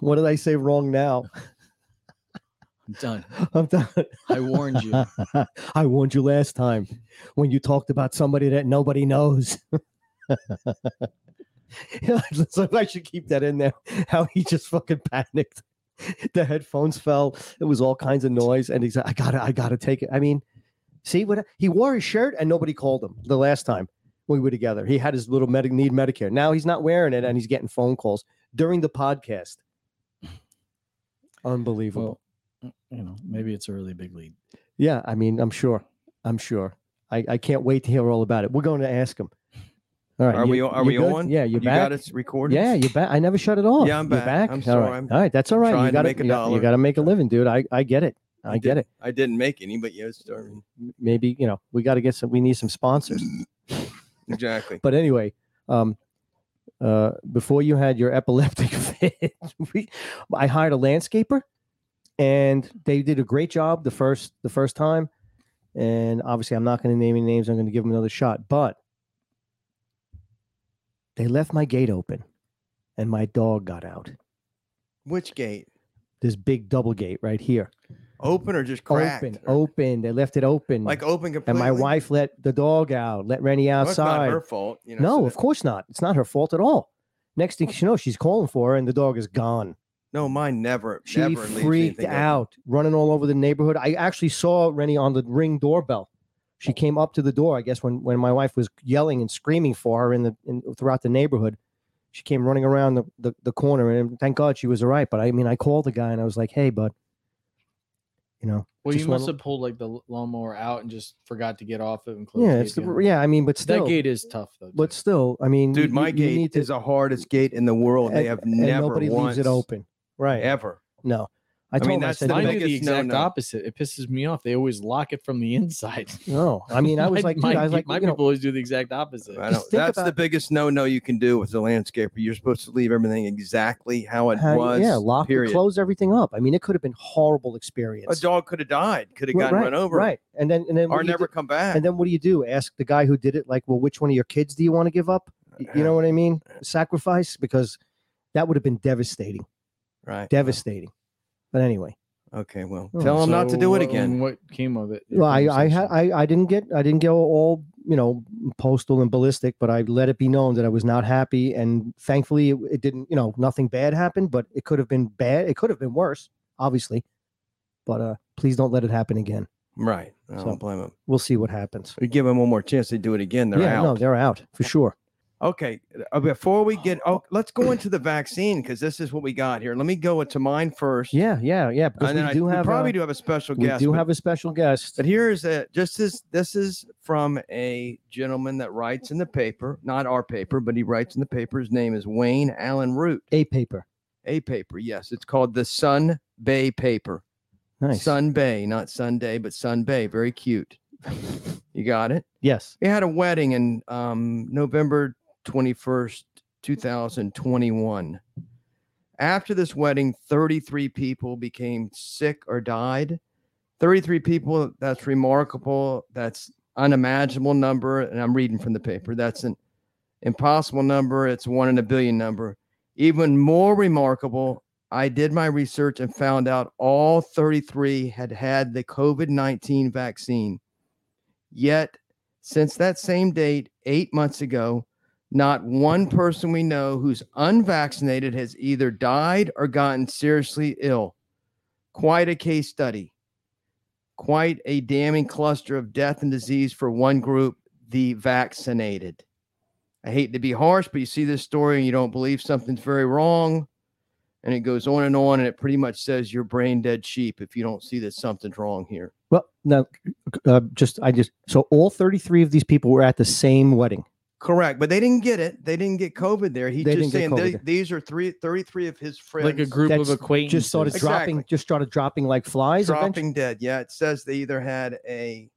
Speaker 2: what did I say wrong now?
Speaker 4: I'm done.
Speaker 2: I'm done.
Speaker 4: I warned you.
Speaker 2: I warned you last time when you talked about somebody that nobody knows. Yeah, so I should keep that in there. How he just fucking panicked. The headphones fell. It was all kinds of noise, and he's like, "I gotta, I gotta take it." I mean, see what he wore his shirt, and nobody called him the last time we were together. He had his little medic need Medicare. Now he's not wearing it, and he's getting phone calls during the podcast. Unbelievable.
Speaker 4: Well, you know, maybe it's a really big lead.
Speaker 2: Yeah, I mean, I'm sure. I'm sure. I, I can't wait to hear all about it. We're going to ask him. All right.
Speaker 3: Are
Speaker 2: you-
Speaker 3: we? Are
Speaker 2: you
Speaker 3: we
Speaker 2: good?
Speaker 3: on?
Speaker 2: Yeah, you're
Speaker 3: you
Speaker 2: back.
Speaker 3: got us recorded.
Speaker 2: yeah, you're back. I never shut it off.
Speaker 3: Yeah, I'm
Speaker 2: You're
Speaker 3: back.
Speaker 2: back.
Speaker 3: I'm
Speaker 2: All
Speaker 3: sorry.
Speaker 2: right.
Speaker 3: I'm
Speaker 2: all right, that's all right.
Speaker 3: trying
Speaker 2: You
Speaker 3: to
Speaker 2: got
Speaker 3: make a
Speaker 2: you, got-
Speaker 3: dollar.
Speaker 2: you got to make a living, dude. I, I get it. I, get
Speaker 3: did.
Speaker 2: it.
Speaker 3: I didn't make any, but yes, darn.
Speaker 2: Maybe you know we got to get some. We need some sponsors.
Speaker 3: exactly.
Speaker 2: But anyway, um, uh, before you had your epileptic fit, we, I hired a landscaper, and they did a great job the first the first time. And obviously, I'm not going to name any names. I'm going to give them another shot. But they left my gate open, and my dog got out.
Speaker 3: Which gate?
Speaker 2: This big double gate right here,
Speaker 3: Open or just cracked?
Speaker 2: open,
Speaker 3: Or-
Speaker 2: open. They left it open,
Speaker 3: Like open
Speaker 2: and
Speaker 3: completely.
Speaker 2: my wife let the dog out, let Rennie
Speaker 3: Well, it's not
Speaker 2: outside.
Speaker 3: her fault. You know, so
Speaker 2: No,
Speaker 3: that-
Speaker 2: of course not. It's not her fault at all. Next thing she knows, she's calling for her, and the dog is gone.
Speaker 3: No, mine never.
Speaker 2: She
Speaker 3: never leaves
Speaker 2: freaked
Speaker 3: anything open.
Speaker 2: out, running all over the neighborhood. I actually saw Rennie on the ring doorbell.
Speaker 3: Oh.
Speaker 2: She came up to the door, I guess, when, when my wife was yelling and screaming for her in the in, throughout the neighborhood. She came running around the, the, the corner, and thank God she was all right. But I mean, I called the guy and I was like, hey, bud, you know,
Speaker 4: Well,
Speaker 2: Just
Speaker 4: you must
Speaker 2: one-
Speaker 4: have pulled like the l- lawnmower out and just forgot to get off it and close.
Speaker 2: yeah,
Speaker 4: the
Speaker 2: it's the,
Speaker 4: gate behind you.
Speaker 2: yeah, I mean, but still,
Speaker 4: That gate is tough though.
Speaker 2: but
Speaker 4: too.
Speaker 2: still, I mean,
Speaker 3: Dude,
Speaker 2: you-
Speaker 3: my
Speaker 2: you
Speaker 3: gate
Speaker 2: need to-
Speaker 3: is the hardest gate in the world. they have
Speaker 2: and
Speaker 3: never
Speaker 2: nobody
Speaker 3: once,
Speaker 2: leaves it open, right?
Speaker 3: ever.
Speaker 2: No. I
Speaker 3: I mean,
Speaker 2: told him I
Speaker 3: that's
Speaker 2: said,
Speaker 3: the
Speaker 4: I
Speaker 2: no,
Speaker 4: do the
Speaker 3: biggest
Speaker 4: exact
Speaker 3: no-no.
Speaker 4: opposite. It pisses me off. They always lock it from the inside.
Speaker 2: no. Oh, I mean, I was like, dude,
Speaker 4: my,
Speaker 2: I was
Speaker 4: pe-
Speaker 2: like,
Speaker 4: my
Speaker 2: you
Speaker 4: people
Speaker 2: know,
Speaker 4: always do the exact opposite.
Speaker 3: I
Speaker 2: Just
Speaker 3: don't-
Speaker 2: think
Speaker 3: that's the
Speaker 2: about-
Speaker 3: biggest no-no you can do as a landscaper. You're supposed to leave everything exactly how it
Speaker 2: how-
Speaker 3: was.
Speaker 2: yeah, lock,
Speaker 3: period.
Speaker 2: close everything up. I mean, it could have been horrible
Speaker 3: A
Speaker 2: experience.
Speaker 3: dog could have died. Could have
Speaker 2: Well,
Speaker 3: gotten
Speaker 2: right,
Speaker 3: run over.
Speaker 2: right? And then, and then, what
Speaker 3: Or
Speaker 2: do you
Speaker 3: never
Speaker 2: do-
Speaker 3: come back.
Speaker 2: and then, what do you do? Ask the guy who did it, like, well, which one of your kids do you want to give up? Y- You know what I mean?
Speaker 3: Uh,
Speaker 2: Sacrifice because that would have been devastating,
Speaker 3: right.
Speaker 2: devastating. But anyway,
Speaker 3: Okay. Well,
Speaker 2: Oh,
Speaker 3: tell him not to
Speaker 4: So
Speaker 3: do it
Speaker 4: what-
Speaker 3: again.
Speaker 4: What came of it? your
Speaker 2: well, I, I, had,
Speaker 4: conversation?
Speaker 2: I, I didn't get, I didn't go all, you know, postal and ballistic, but I let it be known that I was not happy, and thankfully, it, it didn't, you know, nothing bad happened, but it could have been bad. It could have been worse, obviously. But uh, please don't let it happen again.
Speaker 3: Right. I
Speaker 2: um, So-
Speaker 3: don't blame him.
Speaker 2: We'll see what happens.
Speaker 3: We give him one more chance. They do it again. They're
Speaker 2: yeah,
Speaker 3: out.
Speaker 2: no, they're out for sure.
Speaker 3: Okay, uh, before we get, oh, let's go into the vaccine because this is what we got here. Let me go into mine first.
Speaker 2: Yeah, yeah, yeah. Because
Speaker 3: and then
Speaker 2: we do
Speaker 3: I,
Speaker 2: have,
Speaker 3: we probably
Speaker 2: a,
Speaker 3: do have a special
Speaker 2: we
Speaker 3: guest.
Speaker 2: do
Speaker 3: but,
Speaker 2: have a special guest.
Speaker 3: but here is a just as this is from a gentleman that writes in the paper, not our paper, but he writes in the paper. His name is Wayne Allen Root.
Speaker 2: A paper.
Speaker 3: A paper, yes, it's called the Sun Bay Paper.
Speaker 2: Nice.
Speaker 3: Sun Bay, not Sunday, but Sun Bay. Very cute. you got it.
Speaker 2: Yes.
Speaker 3: We had a wedding in um, November 21st, 2021. After this wedding, 33 people became sick or died. 33 people, that's remarkable. That's unimaginable number. And I'm reading from the paper. That's an impossible number. It's one in a billion number. Even more remarkable, I did my research and found out all 33 had had the COVID 19 vaccine. Yet since that same date, eight months ago, not one person we know who's unvaccinated has either died or gotten seriously ill. Quite a case study. Quite a damning cluster of death and disease for one group, the vaccinated. I hate to be harsh, but you see this story and you don't believe something's very wrong. And it goes on and on, and it pretty much says you're brain dead sheep if you don't see that something's wrong here.
Speaker 2: Well, now, uh, just I just so all thirty-three of these people were at the same wedding.
Speaker 3: Correct, but they didn't get it. They didn't get COVID there. He's
Speaker 2: They
Speaker 3: just
Speaker 2: didn't get
Speaker 3: saying they-
Speaker 2: COVID there.
Speaker 3: these are three, 33 of his friends.
Speaker 4: like a group
Speaker 2: That's
Speaker 4: of
Speaker 2: just
Speaker 4: acquaintances.
Speaker 2: just started dropping,
Speaker 3: Exactly.
Speaker 2: just started dropping like flies.
Speaker 3: dropping
Speaker 2: eventually.
Speaker 3: dead. Yeah, it says they either had a,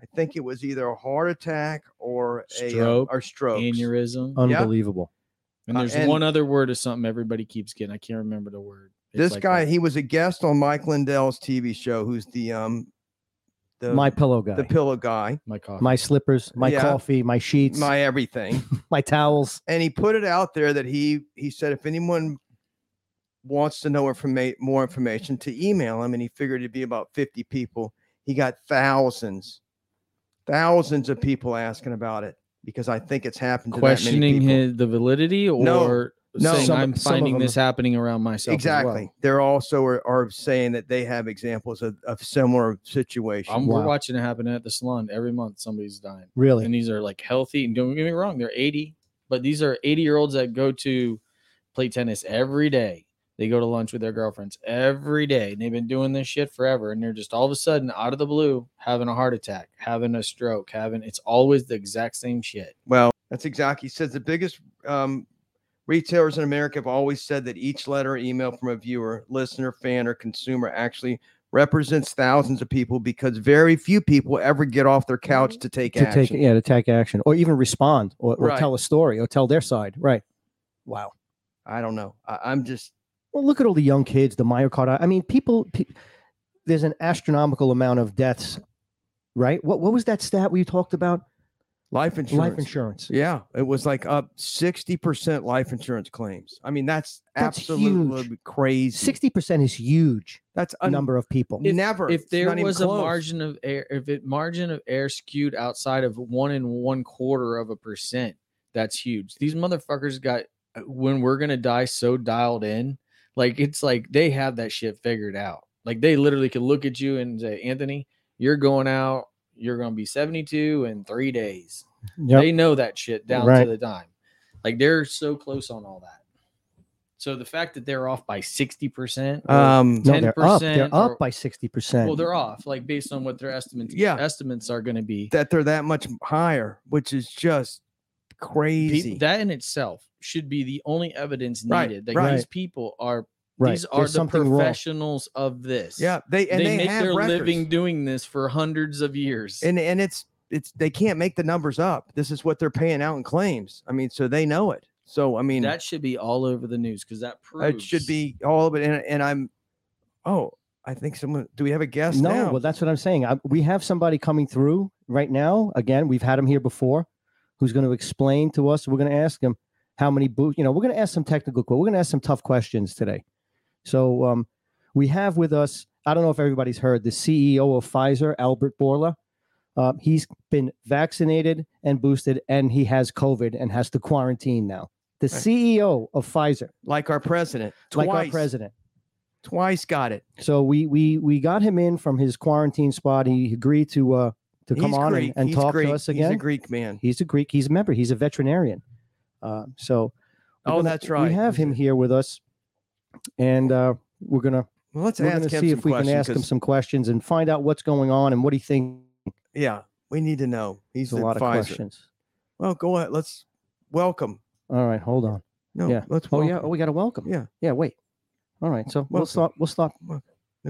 Speaker 3: I think it was either a heart attack or a uh,
Speaker 4: Stroke,
Speaker 3: or stroke.
Speaker 4: aneurysm.
Speaker 2: Uh,
Speaker 3: Yeah.
Speaker 2: Unbelievable.
Speaker 4: and
Speaker 3: uh,
Speaker 4: there's
Speaker 3: and-
Speaker 4: one other word of something everybody keeps getting. I can't remember the word. It's
Speaker 3: This
Speaker 4: like
Speaker 3: guy,
Speaker 4: a-
Speaker 3: he was a guest on Mike Lindell's TV show. Who's the um, the
Speaker 2: my pillow guy,
Speaker 3: the pillow guy,
Speaker 4: my coffee.
Speaker 2: my slippers, my
Speaker 3: Yeah.
Speaker 2: coffee, my sheets, my,
Speaker 3: my everything.
Speaker 2: towels.
Speaker 3: and he put it out there that he he said if anyone wants to know informa- more information to email him and he figured it'd be about 50 people he got thousands thousands of people asking about it because i think it's happened to that many
Speaker 4: questioning
Speaker 3: people.
Speaker 4: his the validity or
Speaker 3: No, no.
Speaker 4: saying
Speaker 2: Some- some
Speaker 4: I'm
Speaker 2: of
Speaker 4: finding
Speaker 2: them
Speaker 4: this happening around myself. as well."
Speaker 3: exactly they're also are, are saying that they have examples of, of similar situations
Speaker 4: I'm, We're
Speaker 2: Wow.
Speaker 4: watching it happen at the salon every month. Somebody's dying,
Speaker 2: Really,
Speaker 4: and these are like healthy. And don't get me wrong, they're 80, but these are 80 year olds that go to play tennis every day. They go to lunch with their girlfriends every day. And they've been doing this shit forever, and they're just all of a sudden out of the blue having a heart attack, having a stroke, having it's always the exact same shit.
Speaker 3: Well, that's exactly. He says the biggest um, retailers in America have always said that each letter or email from a viewer, listener, fan, or consumer actually represents thousands of people because very few people ever get off their
Speaker 4: Mm-hmm.
Speaker 3: couch to take
Speaker 2: to
Speaker 3: action.
Speaker 2: take yeah to take action or even respond or, or
Speaker 3: Right.
Speaker 2: tell a story or tell their side. Right. Wow.
Speaker 3: I don't know. I, I'm just
Speaker 2: Well, look at all the young kids, the myocarditis. I mean, people. Pe- there's an astronomical amount of deaths, right? What what was that stat we talked about?
Speaker 3: life insurance.
Speaker 2: Life insurance.
Speaker 3: Yeah, it was like up sixty percent life insurance claims. I mean, that's,
Speaker 2: That's
Speaker 3: absolutely
Speaker 2: huge.
Speaker 3: crazy.
Speaker 2: Sixty percent is huge
Speaker 3: that's a
Speaker 2: number of people.
Speaker 4: If-
Speaker 3: never.
Speaker 4: if
Speaker 3: it's
Speaker 4: there
Speaker 3: not even
Speaker 4: was a
Speaker 3: close.
Speaker 4: margin of air if it margin of air skewed outside of one and one quarter of a percent that's huge these motherfuckers got uh, when we're gonna die so dialed in like it's like they have that shit figured out like they literally could look at you and say anthony you're going out you're gonna be 72 in three days
Speaker 2: Yep.
Speaker 4: they know that shit down
Speaker 2: Right.
Speaker 4: to the dime. Like they're so close on all that. So the fact that they're off by 60%, or-
Speaker 3: Um,
Speaker 2: no, they're up.
Speaker 4: 10%
Speaker 2: They're up
Speaker 4: or-
Speaker 2: by sixty percent.
Speaker 4: well, they're off, like based on what their estimates
Speaker 3: Yeah.
Speaker 4: estimates are gonna be.
Speaker 3: that they're that much higher, which is just
Speaker 4: Pe-
Speaker 3: crazy.
Speaker 4: that in itself should be the only evidence needed
Speaker 3: Right,
Speaker 4: that
Speaker 3: right.
Speaker 4: these people are
Speaker 2: right.
Speaker 4: these are
Speaker 2: There's
Speaker 4: the
Speaker 2: something wrong.
Speaker 4: professionals of this.
Speaker 3: Yeah, they and
Speaker 4: they,
Speaker 3: they,
Speaker 4: make
Speaker 3: have
Speaker 4: their
Speaker 3: records.
Speaker 4: living doing this for hundreds of years.
Speaker 3: and and it's it's they can't make the numbers up. This is what they're paying out in claims. I mean, so they know it. So I mean,
Speaker 4: that should be all over the news because that proves
Speaker 3: it should be all of it. And, and I'm, oh, I think someone. Do we have a guest
Speaker 2: No,
Speaker 3: now?
Speaker 2: well, that's what I'm saying. I, we have somebody coming through right now. Again, we've had him here before, who's going to explain to us. We're going to ask him how many boots. You know, we're going to ask some technical. que- We're going to ask some tough questions today. So um, we have with us. I don't know if everybody's heard the CEO of Pfizer, Albert Borla. Uh, he's been vaccinated and boosted, and he has COVID and has to quarantine now. The
Speaker 3: Right.
Speaker 2: CEO of Pfizer,
Speaker 3: like our president, twice,
Speaker 2: like our president.
Speaker 3: twice got it.
Speaker 2: So we we we got him in from his quarantine spot. He agreed to uh to come
Speaker 3: He's
Speaker 2: on
Speaker 3: Greek.
Speaker 2: and, and
Speaker 3: He's
Speaker 2: talk
Speaker 3: Greek.
Speaker 2: to us
Speaker 3: He's
Speaker 2: again.
Speaker 3: a Greek man.
Speaker 2: He's a Greek. He's a member. He's a veterinarian. Uh, so we're
Speaker 3: Oh,
Speaker 2: gonna-
Speaker 3: that's right.
Speaker 2: We have
Speaker 3: He's
Speaker 2: him
Speaker 3: a-
Speaker 2: here with us, and uh, we're gonna
Speaker 3: Well, let's
Speaker 2: we're
Speaker 3: ask
Speaker 2: gonna
Speaker 3: him
Speaker 2: see
Speaker 3: some
Speaker 2: if we can
Speaker 3: questions,
Speaker 2: ask him
Speaker 3: 'cause-
Speaker 2: some questions and find out what's going on and what he thinks.
Speaker 3: Yeah, we need to know. He's
Speaker 2: There's a
Speaker 3: the
Speaker 2: lot of
Speaker 3: Pfizer.
Speaker 2: questions.
Speaker 3: Well, go ahead. Let's welcome.
Speaker 2: All right, hold on.
Speaker 3: No,
Speaker 2: Yeah.
Speaker 3: let's.
Speaker 2: Oh
Speaker 3: Welcome.
Speaker 2: yeah. Oh, we got to welcome.
Speaker 3: Yeah.
Speaker 2: Yeah. Wait. All right. So we'll
Speaker 3: Welcome.
Speaker 2: stop. We'll stop.
Speaker 3: No,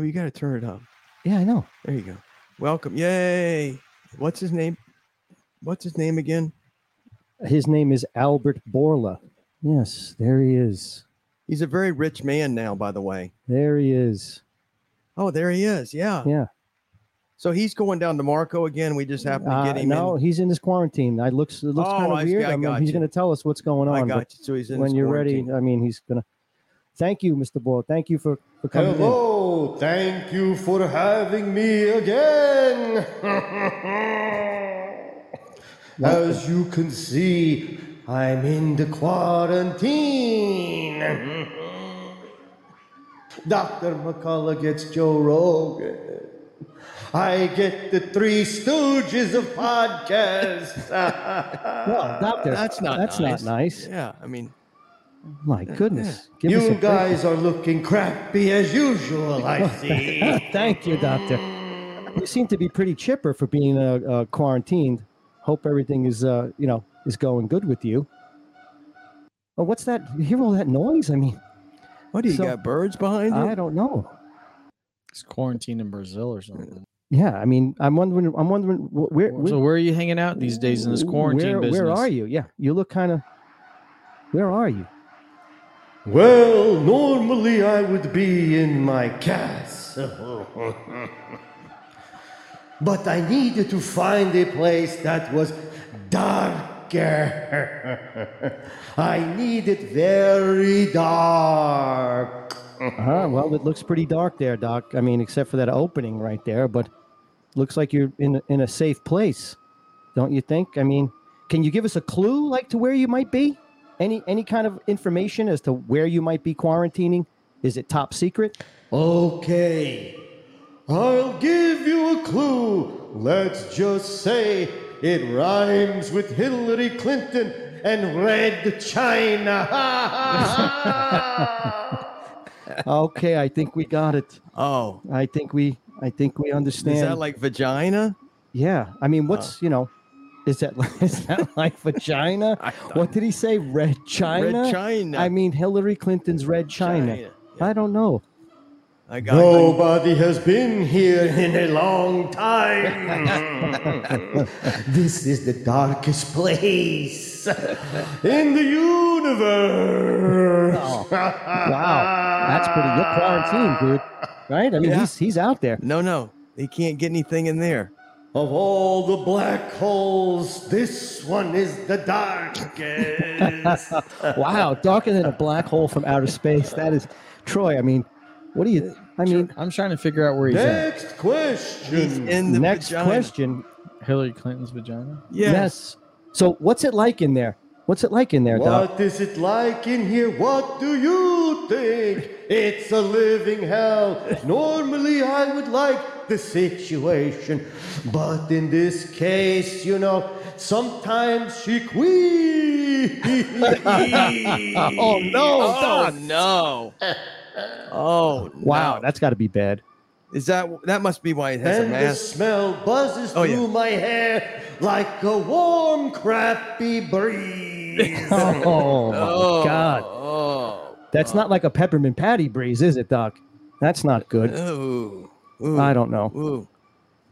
Speaker 3: you got to turn it up.
Speaker 2: Yeah, I know.
Speaker 3: There you go. Welcome. Yay. What's his name? What's his name again?
Speaker 2: His name is Albert Borla. Yes, there he is.
Speaker 3: He's a very rich man now, by the way.
Speaker 2: There he is.
Speaker 3: Oh, there he is. Yeah.
Speaker 2: Yeah.
Speaker 3: So he's going down to Marco again. We just happened to
Speaker 2: Uh,
Speaker 3: get him.
Speaker 2: no,
Speaker 3: in.
Speaker 2: he's in his quarantine. I looks it looks
Speaker 3: Oh,
Speaker 2: kind
Speaker 3: I
Speaker 2: of
Speaker 3: see.
Speaker 2: weird.
Speaker 3: I
Speaker 2: I mean,
Speaker 3: got
Speaker 2: he's
Speaker 3: you.
Speaker 2: going to tell us what's going
Speaker 3: I
Speaker 2: on.
Speaker 3: got
Speaker 2: But
Speaker 3: you. So he's in
Speaker 2: when
Speaker 3: his
Speaker 2: you're
Speaker 3: quarantine.
Speaker 2: ready, uh, I mean, he's going to. Thank you, Mr. Boyle. Thank you for for coming. in.
Speaker 5: Hello, thank you for having me again. As you can see, I'm in the quarantine. Dr. McCullough gets Joe Rogan. I get the three stooges of podcasts.
Speaker 2: Well, doctor,
Speaker 3: Ah, That's not
Speaker 2: That's
Speaker 3: nice.
Speaker 2: not nice.
Speaker 3: Yeah. I mean,
Speaker 2: My goodness. Give us a
Speaker 5: you
Speaker 2: break.
Speaker 5: guys are looking crappy as usual, I see.
Speaker 2: Thank you, doctor. You seem to be pretty chipper for being uh, uh, quarantined. Hope everything is, uh, you know, is going good with you. Oh, what's that? You hear all that noise? I mean,
Speaker 3: What do you
Speaker 2: So-
Speaker 3: got? Birds behind you?
Speaker 2: I don't know.
Speaker 4: It's quarantine in Brazil or something.
Speaker 2: Yeah, I mean, I'm wondering. I'm wondering wh- where. where
Speaker 4: so where are you hanging out these days in this quarantine
Speaker 2: where,
Speaker 4: business?
Speaker 2: Where are you? Yeah, you look kind of. Where are you?
Speaker 5: Well, normally I would be in my castle. but I needed to find a place that was darker. I need it very dark.
Speaker 2: Uh-huh. Well, it looks pretty dark there, Doc. I mean, except for that opening right there, but looks like you're in a, in a safe place, don't you think? I mean, can you give us a clue, like to where you might be? Any any kind of information as to where you might be quarantining? Is it top secret?
Speaker 5: Okay, I'll give you a clue. Let's just say it rhymes with Hillary Clinton and Red China.
Speaker 2: Okay, I think we got it.
Speaker 3: oh,
Speaker 2: I think we I think we understand.
Speaker 3: is that like vagina?
Speaker 2: yeah, I mean,
Speaker 3: Oh.
Speaker 2: what's you know, is that is that like vagina?
Speaker 3: I
Speaker 2: What did he say? Red China.
Speaker 3: Red China.
Speaker 2: I mean, Hillary Clinton's Red China.
Speaker 3: China,
Speaker 2: I don't know.
Speaker 3: I got it.
Speaker 5: Nobody has been here in a long time. this is the darkest place in the universe.
Speaker 2: Oh, Wow, that's pretty. You're quarantined, dude. Right? I mean,
Speaker 3: Yeah.
Speaker 2: he's he's out there.
Speaker 3: No, no, he can't get anything in there.
Speaker 5: Of all the black holes, this one is the darkest.
Speaker 2: Wow, darker than a black hole from outer space. That is, Troy. I mean, what do you? I mean,
Speaker 4: I'm trying to figure out where he's at.
Speaker 5: Next question.
Speaker 3: In the
Speaker 2: next
Speaker 3: vagina.
Speaker 2: question.
Speaker 4: Hillary Clinton's vagina.
Speaker 2: Yes.
Speaker 3: Yes.
Speaker 2: So, what's it like in there? What's it like in there, Doc?
Speaker 5: What is it like in here? What do you think? It's a living hell. Normally, I would like the situation, but in this case, you know, sometimes she queens.
Speaker 2: Oh no,
Speaker 3: Oh
Speaker 2: Doc!
Speaker 3: no. Oh
Speaker 2: Wow,
Speaker 3: no.
Speaker 2: that's got to be bad.
Speaker 3: Is that that must be why it has a
Speaker 5: and the
Speaker 3: mask?
Speaker 5: smell buzzes
Speaker 3: Oh, yeah.
Speaker 5: through my hair like a warm, crappy breeze.
Speaker 2: Oh my
Speaker 3: oh
Speaker 2: God,
Speaker 3: Oh.
Speaker 2: that's not like a peppermint patty breeze, is it, Doc? That's not good.
Speaker 3: Ooh. Ooh.
Speaker 2: I don't know.
Speaker 3: Ooh.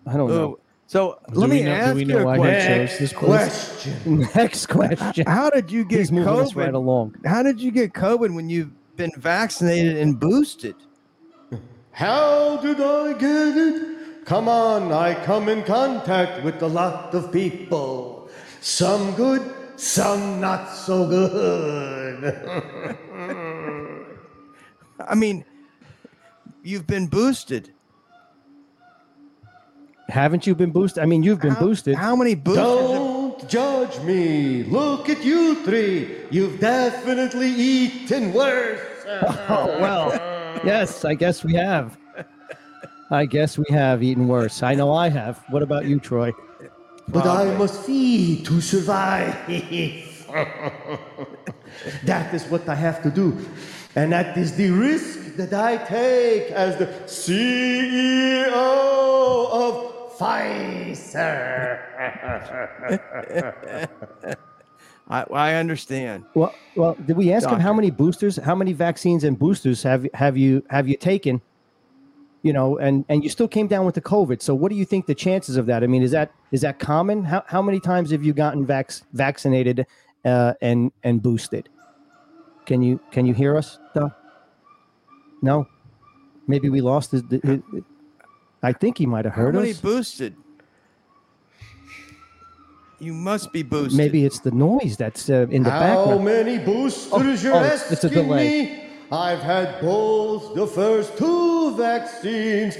Speaker 2: I don't know.
Speaker 3: Ooh. So let
Speaker 4: we
Speaker 3: me
Speaker 4: know- do
Speaker 3: ask
Speaker 4: we
Speaker 3: you
Speaker 4: know
Speaker 3: a
Speaker 4: why he
Speaker 3: question.
Speaker 4: chose this course?
Speaker 5: question.
Speaker 2: Next question.
Speaker 3: How did you get
Speaker 2: He's moving us
Speaker 3: COVID?
Speaker 2: right along.
Speaker 3: How did you get COVID when you've been vaccinated and boosted?
Speaker 5: How did I get it? Come on, I come in contact with a lot of people. Some good, some not so good.
Speaker 3: I mean, you've been boosted.
Speaker 2: Haven't you been boosted? I mean, you've been
Speaker 3: how,
Speaker 2: boosted.
Speaker 3: How many boosters? have-
Speaker 5: Don't judge me. Look at you three. You've definitely eaten worse.
Speaker 2: Oh well, yes, I guess we have. I guess we have eaten worse. I know I have. What about you, Troy?
Speaker 5: But I must feed to survive. that is what I have to do. And that is the risk that I take as the CEO of Pfizer.
Speaker 3: I, I understand.
Speaker 2: Well, well, did we ask him how
Speaker 3: Doctor.
Speaker 2: many boosters, how many vaccines and boosters have have you have you taken? You know, and and you still came down with the COVID. So, what do you think the chances of that? I mean, is that is that common? How how many times have you gotten vax vaccinated uh, and and boosted? Can you can you hear us? Though? No, maybe we lost. His, the- his- I think he might have
Speaker 3: How
Speaker 2: heard
Speaker 3: many
Speaker 2: us.
Speaker 3: boosted? You must be boosted.
Speaker 2: Maybe it's the noise that's uh, in the
Speaker 5: How
Speaker 2: background.
Speaker 5: many boosters you're
Speaker 2: oh, it's-
Speaker 5: asking
Speaker 2: it's a delay.
Speaker 5: me? I've had both the first two vaccines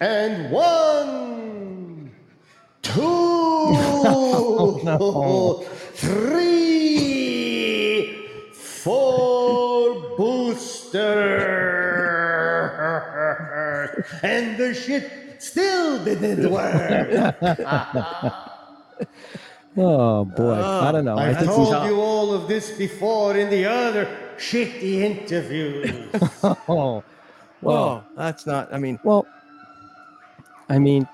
Speaker 5: and one, two,
Speaker 2: Oh,
Speaker 5: three, four boosters, and the shit still didn't work.
Speaker 2: Oh boy, I don't know. I,
Speaker 5: I
Speaker 2: think
Speaker 5: told
Speaker 2: he's
Speaker 5: you all of this before in the other shitty interviews.
Speaker 2: Oh, well,
Speaker 3: Oh, Whoa, that's not. I mean,
Speaker 2: well. I mean,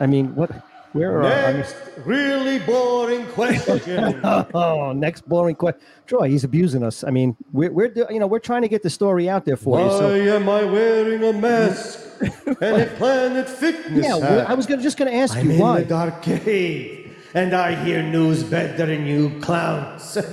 Speaker 2: I mean, what? Where are our- I mean-
Speaker 5: Next really boring question.
Speaker 2: Oh, next boring question. Troy, he's abusing us. I mean, we're, we're do- you know we're trying to get the story out there for you.
Speaker 5: Why
Speaker 2: So
Speaker 5: am I wearing a mask and a Planet Fitness
Speaker 2: yeah, we're-
Speaker 5: hat?
Speaker 2: I was gonna, just going to ask
Speaker 5: I'm
Speaker 2: you
Speaker 5: in
Speaker 2: why.
Speaker 5: the dark cave, and I hear news better than you clowns.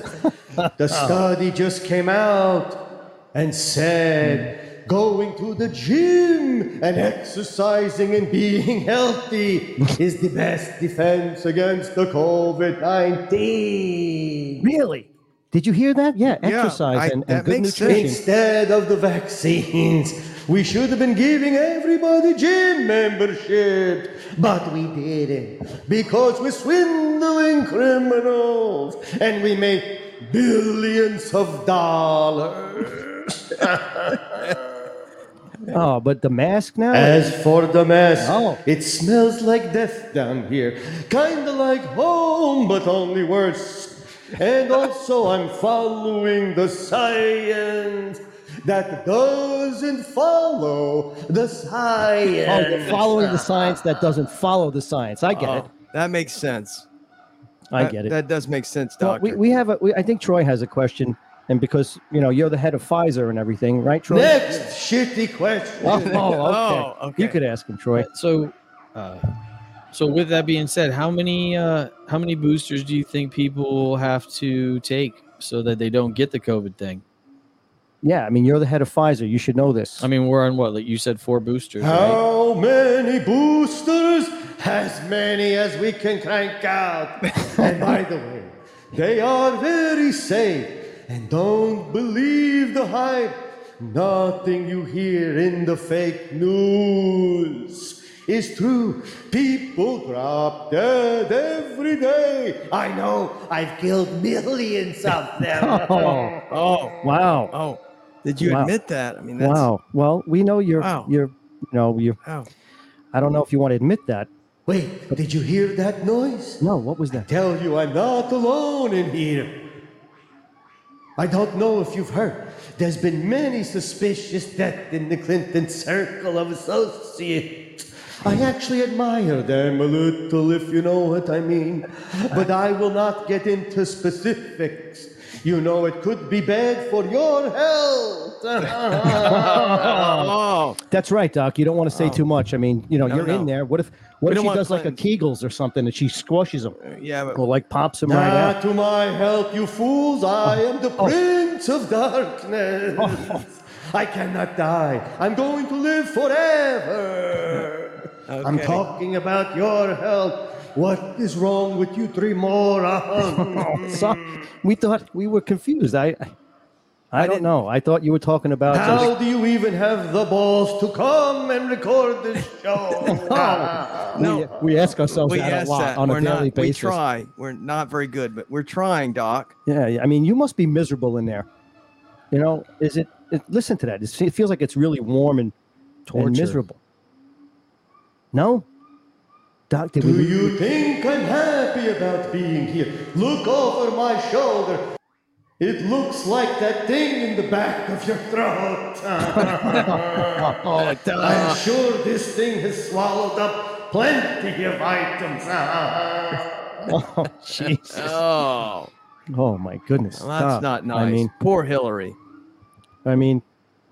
Speaker 2: Oh.
Speaker 5: the study just came out and said going to the gym and exercising and being healthy is the best defense against the COVID 19.
Speaker 2: Really? Did you hear that? Yeah,
Speaker 3: Yeah,
Speaker 2: exercise
Speaker 3: I-
Speaker 2: and, and
Speaker 3: that
Speaker 2: good
Speaker 3: makes
Speaker 2: nutrition.
Speaker 3: sense.
Speaker 5: Instead of the vaccines, we should have been giving everybody gym membership, but we didn't because we're swindling criminals and we make billions of dollars.
Speaker 2: Oh, but the mask now.
Speaker 5: As for the mess,
Speaker 2: No.
Speaker 5: it smells like death down here. Kinda like home, but only worse. And also, I'm following the science that doesn't follow the
Speaker 2: oh,
Speaker 5: science.
Speaker 2: you're following the science that doesn't follow the science. I get it.
Speaker 3: That makes sense.
Speaker 2: I
Speaker 3: Oh, That-
Speaker 2: get it.
Speaker 3: That does make sense,
Speaker 2: Well,
Speaker 3: Doctor.
Speaker 2: we, we have a. We, I think Troy has a question, and because you know you're the head of Pfizer and everything, right, Troy?
Speaker 5: Next shitty question.
Speaker 2: Oh, okay.
Speaker 3: Oh, okay.
Speaker 2: You could ask him, Troy.
Speaker 4: So, uh, so with that being said, how many uh, how many boosters do you think people have to take so that they don't get the COVID thing?
Speaker 2: Yeah, I mean you're the head of Pfizer. You should know this.
Speaker 4: I mean, we're on what? Like you said, four boosters. Right?
Speaker 5: How many boosters? As many as we can crank out. and by the way, they are very safe. And don't believe the hype. Nothing you hear in the fake news is true. People drop dead every day. I know, I've killed millions of them.
Speaker 2: oh,
Speaker 3: oh,
Speaker 2: wow.
Speaker 3: oh. Did you
Speaker 2: Wow.
Speaker 3: admit that? I mean, that's,
Speaker 2: Wow. Well, we know you're
Speaker 3: Wow.
Speaker 2: you're you know you
Speaker 3: wow.
Speaker 2: I don't know if you want to admit that.
Speaker 5: Wait, did you hear that noise?
Speaker 2: No, what was that?
Speaker 5: tell you I'm not alone in here. I don't know if you've heard. There's been many suspicious deaths in the Clinton circle of associates. I actually admire them a little, if you know what I mean. But I will not get into specifics. You know, it could be bad for your health.
Speaker 3: Oh,
Speaker 2: That's right, Doc. You don't want to say too much. I mean, you know,
Speaker 3: No,
Speaker 2: you're
Speaker 3: no.
Speaker 2: in there. What if what
Speaker 3: We don't
Speaker 2: if she
Speaker 3: want Uh,
Speaker 2: does like a Kegels or something and she squashes him
Speaker 3: yeah, but
Speaker 2: or like pops him right
Speaker 5: Ah,
Speaker 2: out?
Speaker 5: to my help, you fools! I
Speaker 3: Oh.
Speaker 5: am the Prince of Darkness. I cannot die. I'm going to live forever. I'm
Speaker 3: Okay.
Speaker 5: talking about your health. What is wrong with you three
Speaker 3: Oh, Mm.
Speaker 5: morons?
Speaker 2: So, we thought we were confused. I I, I don't know. I thought you were talking about
Speaker 5: How do you even have the balls to come and record this show?
Speaker 3: no.
Speaker 2: we, we ask ourselves
Speaker 3: We
Speaker 2: that
Speaker 3: asked
Speaker 2: a lot
Speaker 3: that.
Speaker 2: on
Speaker 3: we're
Speaker 2: a daily
Speaker 3: not,
Speaker 2: basis.
Speaker 3: We try. We're not very good, but we're trying, Doc.
Speaker 2: Yeah, yeah. I mean, you must be miserable in there. You know, is it? it listen to that. It's, it feels like it's really warm and, and
Speaker 4: Torture.
Speaker 2: miserable. No, Doc, did
Speaker 5: Do
Speaker 2: we?
Speaker 5: you think I'm happy about being here? Look over my shoulder. It looks like that thing in the back of your throat.
Speaker 2: Oh,
Speaker 5: I'm sure this thing has swallowed up plenty of items.
Speaker 2: Oh, Jesus.
Speaker 3: Oh,
Speaker 2: Oh my goodness.
Speaker 3: well, that's
Speaker 2: Doc,
Speaker 3: not nice.
Speaker 2: I mean,
Speaker 3: poor Hillary.
Speaker 2: I mean,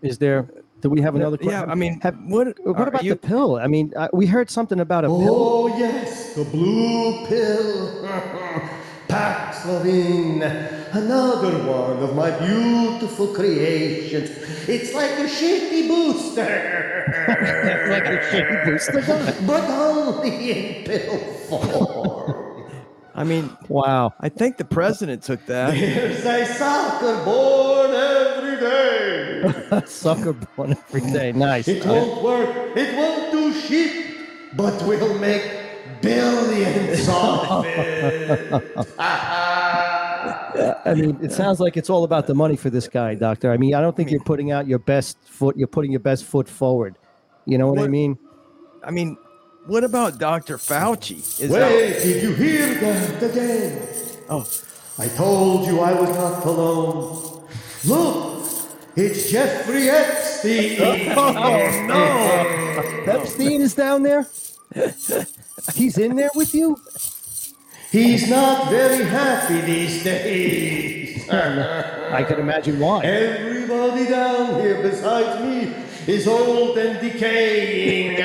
Speaker 2: is there? Do we have another? que-
Speaker 3: Yeah, I mean,
Speaker 2: have-
Speaker 3: what?
Speaker 2: what
Speaker 3: are
Speaker 2: about
Speaker 3: you,
Speaker 2: the pill? I mean, uh, we heard something about a pill.
Speaker 5: Oh, yes, the blue pill. Paxlovin, another one of my beautiful creations. It's like a shitty booster.
Speaker 3: Oh.
Speaker 2: Like a shitty booster gun.
Speaker 5: but only in pill form.
Speaker 3: I mean,
Speaker 2: Wow.
Speaker 3: I think the president took that.
Speaker 5: There's a soccer born every day.
Speaker 2: Sucker born every day. Nice.
Speaker 5: It won't work. It won't do shit. But we'll make billions of it.
Speaker 2: I mean, it sounds like it's all about the money for this guy, doctor. I mean, I don't think you're putting out your best foot. You're putting your best foot forward. You know what, I
Speaker 3: What-
Speaker 2: mean?
Speaker 3: I mean, what about Dr. Fauci? Is that,
Speaker 5: Wait, did you hear that again?
Speaker 3: oh,
Speaker 5: I told you I was not alone. Look, it's Jeffrey Epstein. Oh,
Speaker 2: Epstein is down there. He's in there with you?
Speaker 5: He's not very happy these days.
Speaker 2: I could imagine why.
Speaker 5: Everybody down here besides me is old and decaying.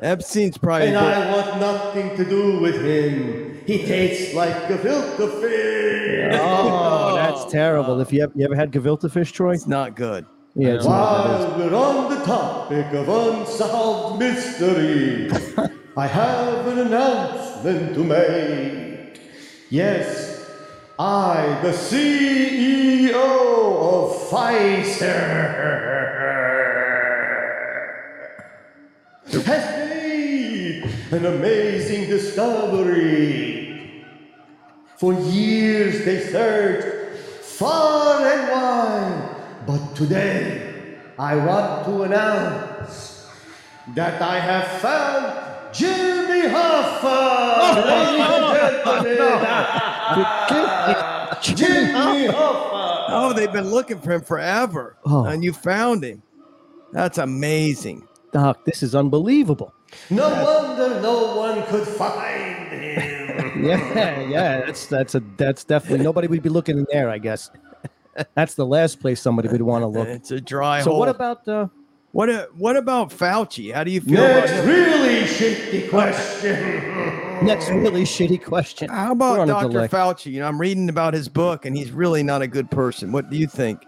Speaker 3: Epstein's probably
Speaker 5: and
Speaker 3: the-
Speaker 5: I want nothing to do with him. He tastes like Gavilka fish.
Speaker 2: Oh, that's terrible. If you ever, you ever had gavilta fish, Troy?
Speaker 3: it's not good.
Speaker 2: Yeah, it's not good.
Speaker 5: While we're on the topic of unsolved mystery, I have an announcement to make. Yes, I, the CEO of Pfizer, has made an amazing discovery. For years they searched far and wide, but today I want to announce that I have found Jimmy Hoffa! ladies and gentlemen. Jimmy Hoffa!
Speaker 3: Oh, they've been looking for him forever,
Speaker 2: Oh.
Speaker 3: and you found him. That's amazing.
Speaker 2: Doc, this is unbelievable.
Speaker 5: No wonder no one could find him.
Speaker 2: Yeah, yeah, that's that's a that's definitely nobody would be looking in there. I guess that's the last place somebody would want to look.
Speaker 3: It's a dry
Speaker 2: So
Speaker 3: hole.
Speaker 2: what about uh,
Speaker 3: what? a- what about Fauci? How do you feel? About
Speaker 5: Next
Speaker 3: him?
Speaker 5: really shitty question.
Speaker 2: next really shitty question?
Speaker 3: How
Speaker 2: We're
Speaker 3: about
Speaker 2: on a
Speaker 3: Dr.
Speaker 2: delay.
Speaker 3: Fauci? You know, I'm reading about his book, and he's really not a good person. What do you think?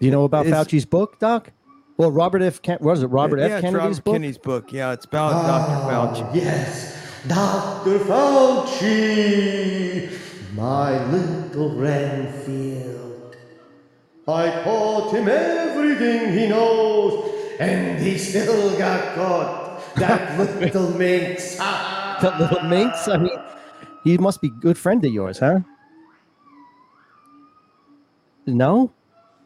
Speaker 2: Do you know about
Speaker 3: Is-
Speaker 2: Fauci's book, Doc? Well, Robert F. Ken- what is it? Robert
Speaker 3: yeah,
Speaker 2: F.
Speaker 3: it's
Speaker 2: Kennedy's
Speaker 3: Robert
Speaker 2: book. Ah.
Speaker 3: Kennedy's book. Yeah, it's about Dr. Fauci.
Speaker 5: Ah, Yes, Dr. Fauci, my little Renfield. I caught him everything he knows, and he still got caught. That little minx.
Speaker 2: That little minx. I mean, he must be a good friend of yours, huh? No,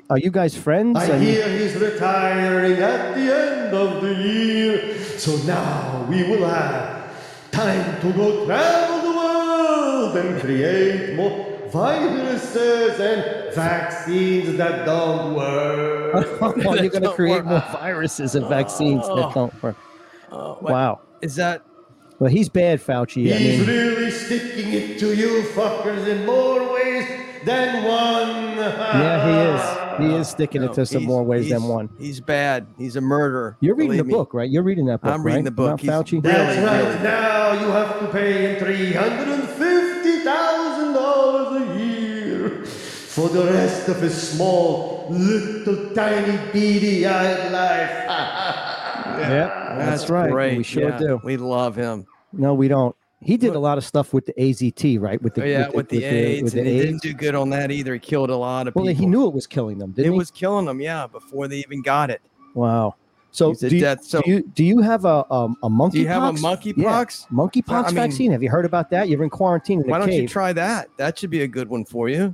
Speaker 2: are you guys friends?
Speaker 5: I
Speaker 2: I mean,
Speaker 5: hear he's retiring at the end of the year. So now we will have time to go travel the world and create more viruses and vaccines that don't work.
Speaker 2: well,
Speaker 3: That
Speaker 2: you're going to
Speaker 3: don't
Speaker 2: create
Speaker 3: work. Oh.
Speaker 2: more viruses and vaccines that don't work. wow.
Speaker 3: Is that
Speaker 2: Well, he's bad, Fauci. I
Speaker 5: He's
Speaker 2: mean,
Speaker 5: really sticking it to you fuckers in more ways than one.
Speaker 2: yeah, he is. He is sticking
Speaker 3: no,
Speaker 2: it to some
Speaker 3: he's-
Speaker 2: more ways than
Speaker 3: he's-
Speaker 2: one.
Speaker 3: He's bad. He's a murderer.
Speaker 2: You're reading the
Speaker 3: believe me.
Speaker 2: book, right? You're reading that book.
Speaker 3: I'm reading
Speaker 2: right?
Speaker 3: the book.
Speaker 2: About
Speaker 3: He's
Speaker 2: Fauci.
Speaker 3: bad.
Speaker 5: That's
Speaker 3: Really,
Speaker 5: right.
Speaker 3: really.
Speaker 5: Now you have to pay him three hundred and fifty thousand dollars a year for the rest of his small, little, tiny, beady-eyed life.
Speaker 2: Yeah, that's, right.
Speaker 3: great.
Speaker 2: We sure
Speaker 3: Yeah,
Speaker 2: do.
Speaker 3: We love him.
Speaker 2: No, we don't. He did a lot of stuff with the AZT, right? With the
Speaker 3: Oh, yeah, with, the, AIDS,
Speaker 2: with the
Speaker 3: and he
Speaker 2: AIDS.
Speaker 3: didn't do good on that either. He killed a lot of
Speaker 2: Well,
Speaker 3: people.
Speaker 2: he knew it was killing them,
Speaker 3: it
Speaker 2: didn't he?
Speaker 3: was killing them. Yeah, before they even got it.
Speaker 2: wow. So
Speaker 3: He's a
Speaker 2: do, you,
Speaker 3: death- so-
Speaker 2: do you do you have a um, a monkey?
Speaker 3: Do you have a monkeypox? pox?
Speaker 2: monkeypox
Speaker 3: I mean-
Speaker 2: vaccine? Have you heard about that? You're in quarantine in
Speaker 3: Why
Speaker 2: a
Speaker 3: don't you
Speaker 2: cave.
Speaker 3: try that? That should be a good one for you.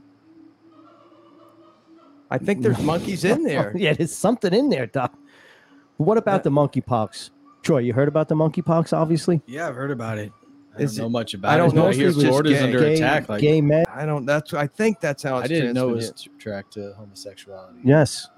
Speaker 3: I think there's monkeys in there.
Speaker 2: yeah, there's something in there, Doc. What about the monkeypox? Troy, you heard about the monkeypox, obviously?
Speaker 4: Yeah, I've heard about it. I don't
Speaker 3: Is
Speaker 4: know
Speaker 3: it-
Speaker 4: much about it.
Speaker 3: I don't know
Speaker 4: but
Speaker 3: if
Speaker 4: I hear
Speaker 3: it's just
Speaker 4: Florida's
Speaker 3: gay-
Speaker 4: under
Speaker 2: gay,
Speaker 4: attack. Like
Speaker 2: gay men.
Speaker 3: I don't. That's. I think that's how it's.
Speaker 4: I didn't know it was
Speaker 3: transmitted.
Speaker 4: tracked to homosexuality.
Speaker 2: Yes.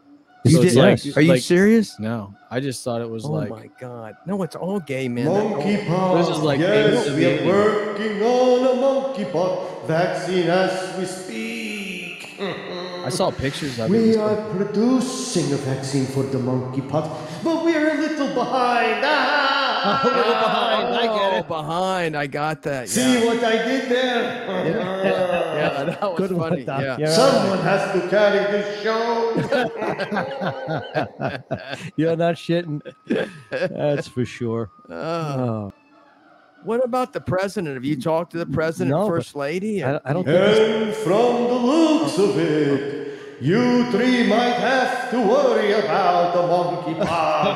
Speaker 3: You
Speaker 4: So it's
Speaker 3: did-
Speaker 4: like-
Speaker 3: are you
Speaker 4: like-
Speaker 3: serious?
Speaker 4: No, I just thought it was
Speaker 3: Oh
Speaker 4: like
Speaker 3: my god! No, it's all gay men.
Speaker 5: Monkeypox.
Speaker 4: This is like AIDS
Speaker 5: yes,
Speaker 4: of
Speaker 5: we are
Speaker 4: baby.
Speaker 5: working on a monkeypox vaccine as we speak.
Speaker 4: I saw pictures of
Speaker 5: We
Speaker 4: it.
Speaker 5: are producing a vaccine for the monkeypox, but we are a little behind. Ah!
Speaker 3: Oh, Behind. I got that.
Speaker 5: See
Speaker 3: yeah.
Speaker 5: what I did there?
Speaker 3: Yeah, that was
Speaker 2: Good one,
Speaker 3: funny.
Speaker 2: Doc.
Speaker 3: yeah.
Speaker 2: You're
Speaker 5: Someone has to carry this show.
Speaker 2: You're not shitting. That's for sure.
Speaker 3: Uh,
Speaker 2: Oh,
Speaker 3: what about the president? Have you talked to the president,
Speaker 2: No,
Speaker 3: and
Speaker 2: but
Speaker 3: first lady?
Speaker 2: I, I don't think. this-
Speaker 5: and from the looks of it, you three might have to worry about the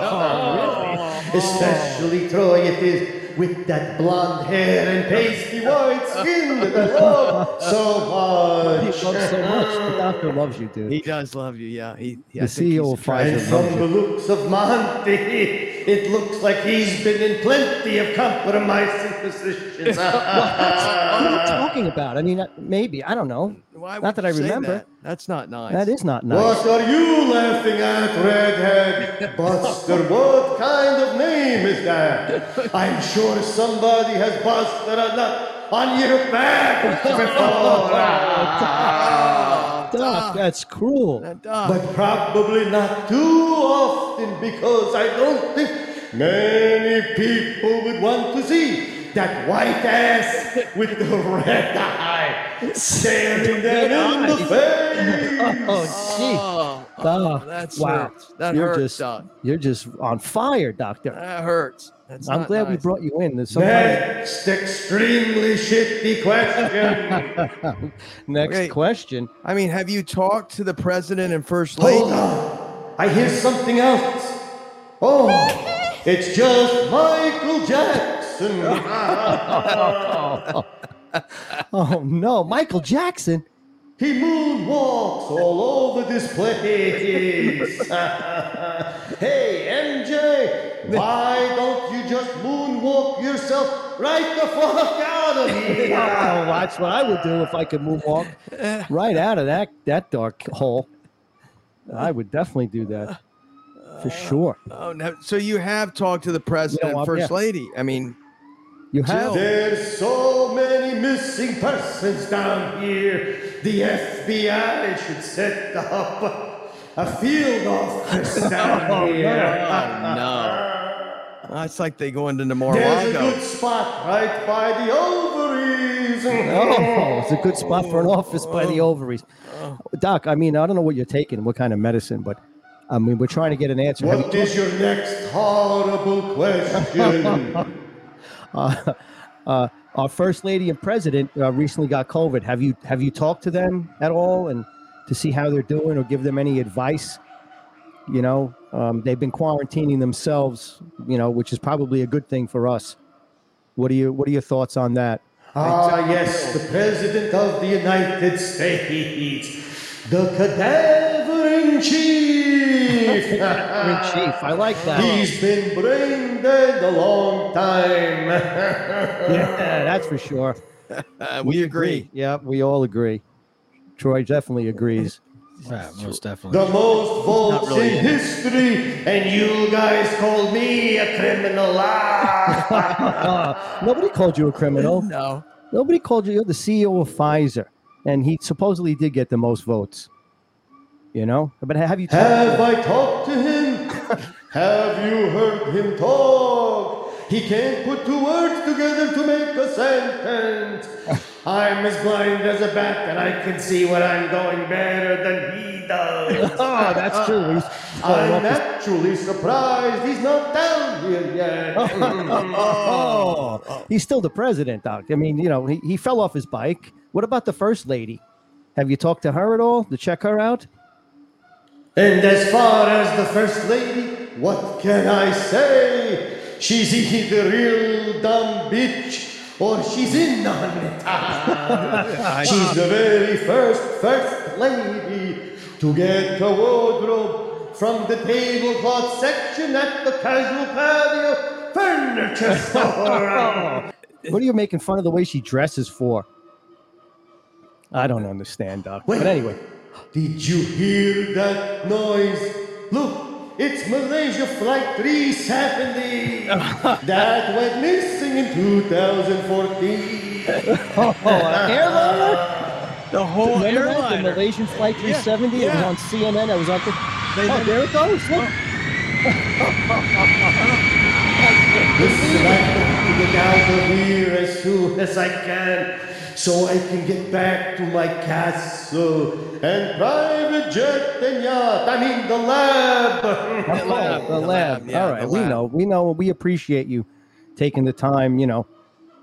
Speaker 5: monkeypox. Especially Troy, it is with that blonde hair and pasty white skin that I love so
Speaker 2: He
Speaker 5: much.
Speaker 2: loves so much. The doctor loves you, dude.
Speaker 3: he does love you. Yeah. He, he, I
Speaker 2: The E
Speaker 3: think he's
Speaker 2: CEO of
Speaker 5: And
Speaker 2: Pfizer
Speaker 5: from
Speaker 2: loves you.
Speaker 5: the looks of Monty, it looks like he's been in plenty of compromising positions.
Speaker 2: What are you talking about? I mean, uh, maybe I don't know.
Speaker 3: Why
Speaker 2: Not
Speaker 3: would
Speaker 2: that I
Speaker 3: you say
Speaker 2: remember.
Speaker 3: that? That's not nice.
Speaker 2: That is not nice.
Speaker 5: What are you laughing at, redhead? Buster, what kind of name is that? I'm sure somebody has busted a nut on your back before.
Speaker 3: Oh,
Speaker 2: Doc,
Speaker 3: Doc.
Speaker 2: that's cruel.
Speaker 3: Doc. Doc.
Speaker 5: but probably not too often because I don't think many people would want to see that white ass with the red eye staring them in the face.
Speaker 2: Oh,
Speaker 3: Oh,
Speaker 2: gee. Doc,
Speaker 3: that's
Speaker 2: wow.
Speaker 3: hurts. That
Speaker 2: you're
Speaker 3: hurts,
Speaker 2: just
Speaker 3: Doc.
Speaker 2: you're just on fire, Doctor.
Speaker 3: That hurts. That's
Speaker 2: I'm
Speaker 3: not
Speaker 2: glad we
Speaker 3: nice.
Speaker 2: brought you in. There's somebody-
Speaker 5: Next extremely shitty question.
Speaker 2: Next
Speaker 3: Okay.
Speaker 2: question.
Speaker 3: I mean, have you talked to the president and
Speaker 2: Oh,
Speaker 3: first lady?
Speaker 5: Hold on. I hear something else. Oh, it's just Michael Jackson.
Speaker 2: Oh no, Michael Jackson.
Speaker 5: He moonwalks all over this place. hey, MJ, why don't you just moonwalk yourself right the fuck out of here?
Speaker 2: Oh, that's what I would do if I could moonwalk right out of that that dark hole. I would definitely do that for sure.
Speaker 3: Oh no! So you have talked to the president,
Speaker 2: Yeah, well,
Speaker 3: and first
Speaker 2: yeah.
Speaker 3: lady. I mean,
Speaker 2: You have
Speaker 3: Jill.
Speaker 5: There's so many missing persons down here. The FBI should set up a- a field office down here.
Speaker 3: no. Uh, It's like they go into
Speaker 5: There's a good
Speaker 3: Mar-a-Lago.
Speaker 5: spot right by the ovaries.
Speaker 2: Oh, it's a good spot for an office by the ovaries. Doc, I mean, I don't know what you're taking, what kind of medicine, but I mean, we're trying to get an answer. Have
Speaker 5: What is your next horrible question?
Speaker 2: uh, our first lady and president uh, recently got COVID. Have you have you talked to them at all and to see how they're doing or give them any advice? You know, um, they've been quarantining themselves. You know, which is probably a good thing for us. What are you What are your thoughts on that?
Speaker 5: ah, yes, the President of the United States, the cadaver in chief.
Speaker 2: I mean, Chief, I like that.
Speaker 5: He's been brain dead a long time.
Speaker 2: Yeah, that's for sure.
Speaker 3: Uh, we agree.
Speaker 2: Yeah, we all agree. Troy definitely agrees.
Speaker 4: Yeah, most definitely.
Speaker 5: the most votes
Speaker 3: really
Speaker 5: in history, and you guys call me a criminal. Ah.
Speaker 2: Uh, nobody called you a criminal.
Speaker 3: No.
Speaker 2: Nobody called you. You're the CEO of Pfizer, and he supposedly did get the most votes. You know, but have you?
Speaker 5: Have I talked to him? Have you heard him talk? He can't put two words together to make a sentence. I'm as blind as a bat, and I can see what I'm doing better than he does.
Speaker 2: oh, that's true. He's falling off
Speaker 5: I'm
Speaker 2: his-
Speaker 5: actually surprised he's not down here yet. Mm.
Speaker 2: oh, he's still the president, Doc. I mean, you know, he, he fell off his bike. What about the first lady? Have you talked to her at all to check her out?
Speaker 5: And as far as the First Lady, what can I say? She's either real dumb bitch or she's in on it. she's the very first First Lady to get a wardrobe from the tablecloth section at the casual patio furniture store.
Speaker 2: What are you making fun of the way she dresses for? I don't understand, Doc. But anyway,
Speaker 5: Did you hear that noise? Look, it's Malaysia Flight 370 that went missing in 2014.
Speaker 2: oh, an airliner?
Speaker 3: The whole
Speaker 2: Remember that? The
Speaker 3: Oh, airliner.
Speaker 2: Malaysian Flight 370? It was
Speaker 3: yeah.
Speaker 2: on CNN. I was on. The-
Speaker 3: They
Speaker 2: oh,
Speaker 3: did-
Speaker 2: there it goes. Look.
Speaker 5: Listen, I have to get out of here as soon as I can so I can get back to my castle and private jet and yacht. I mean, the lab.
Speaker 2: Oh,
Speaker 3: lab,
Speaker 2: the
Speaker 3: the
Speaker 2: lab.
Speaker 3: lab, yeah,
Speaker 2: All right,
Speaker 3: the
Speaker 2: we
Speaker 3: lab.
Speaker 2: know, we know, we appreciate you taking the time, you know,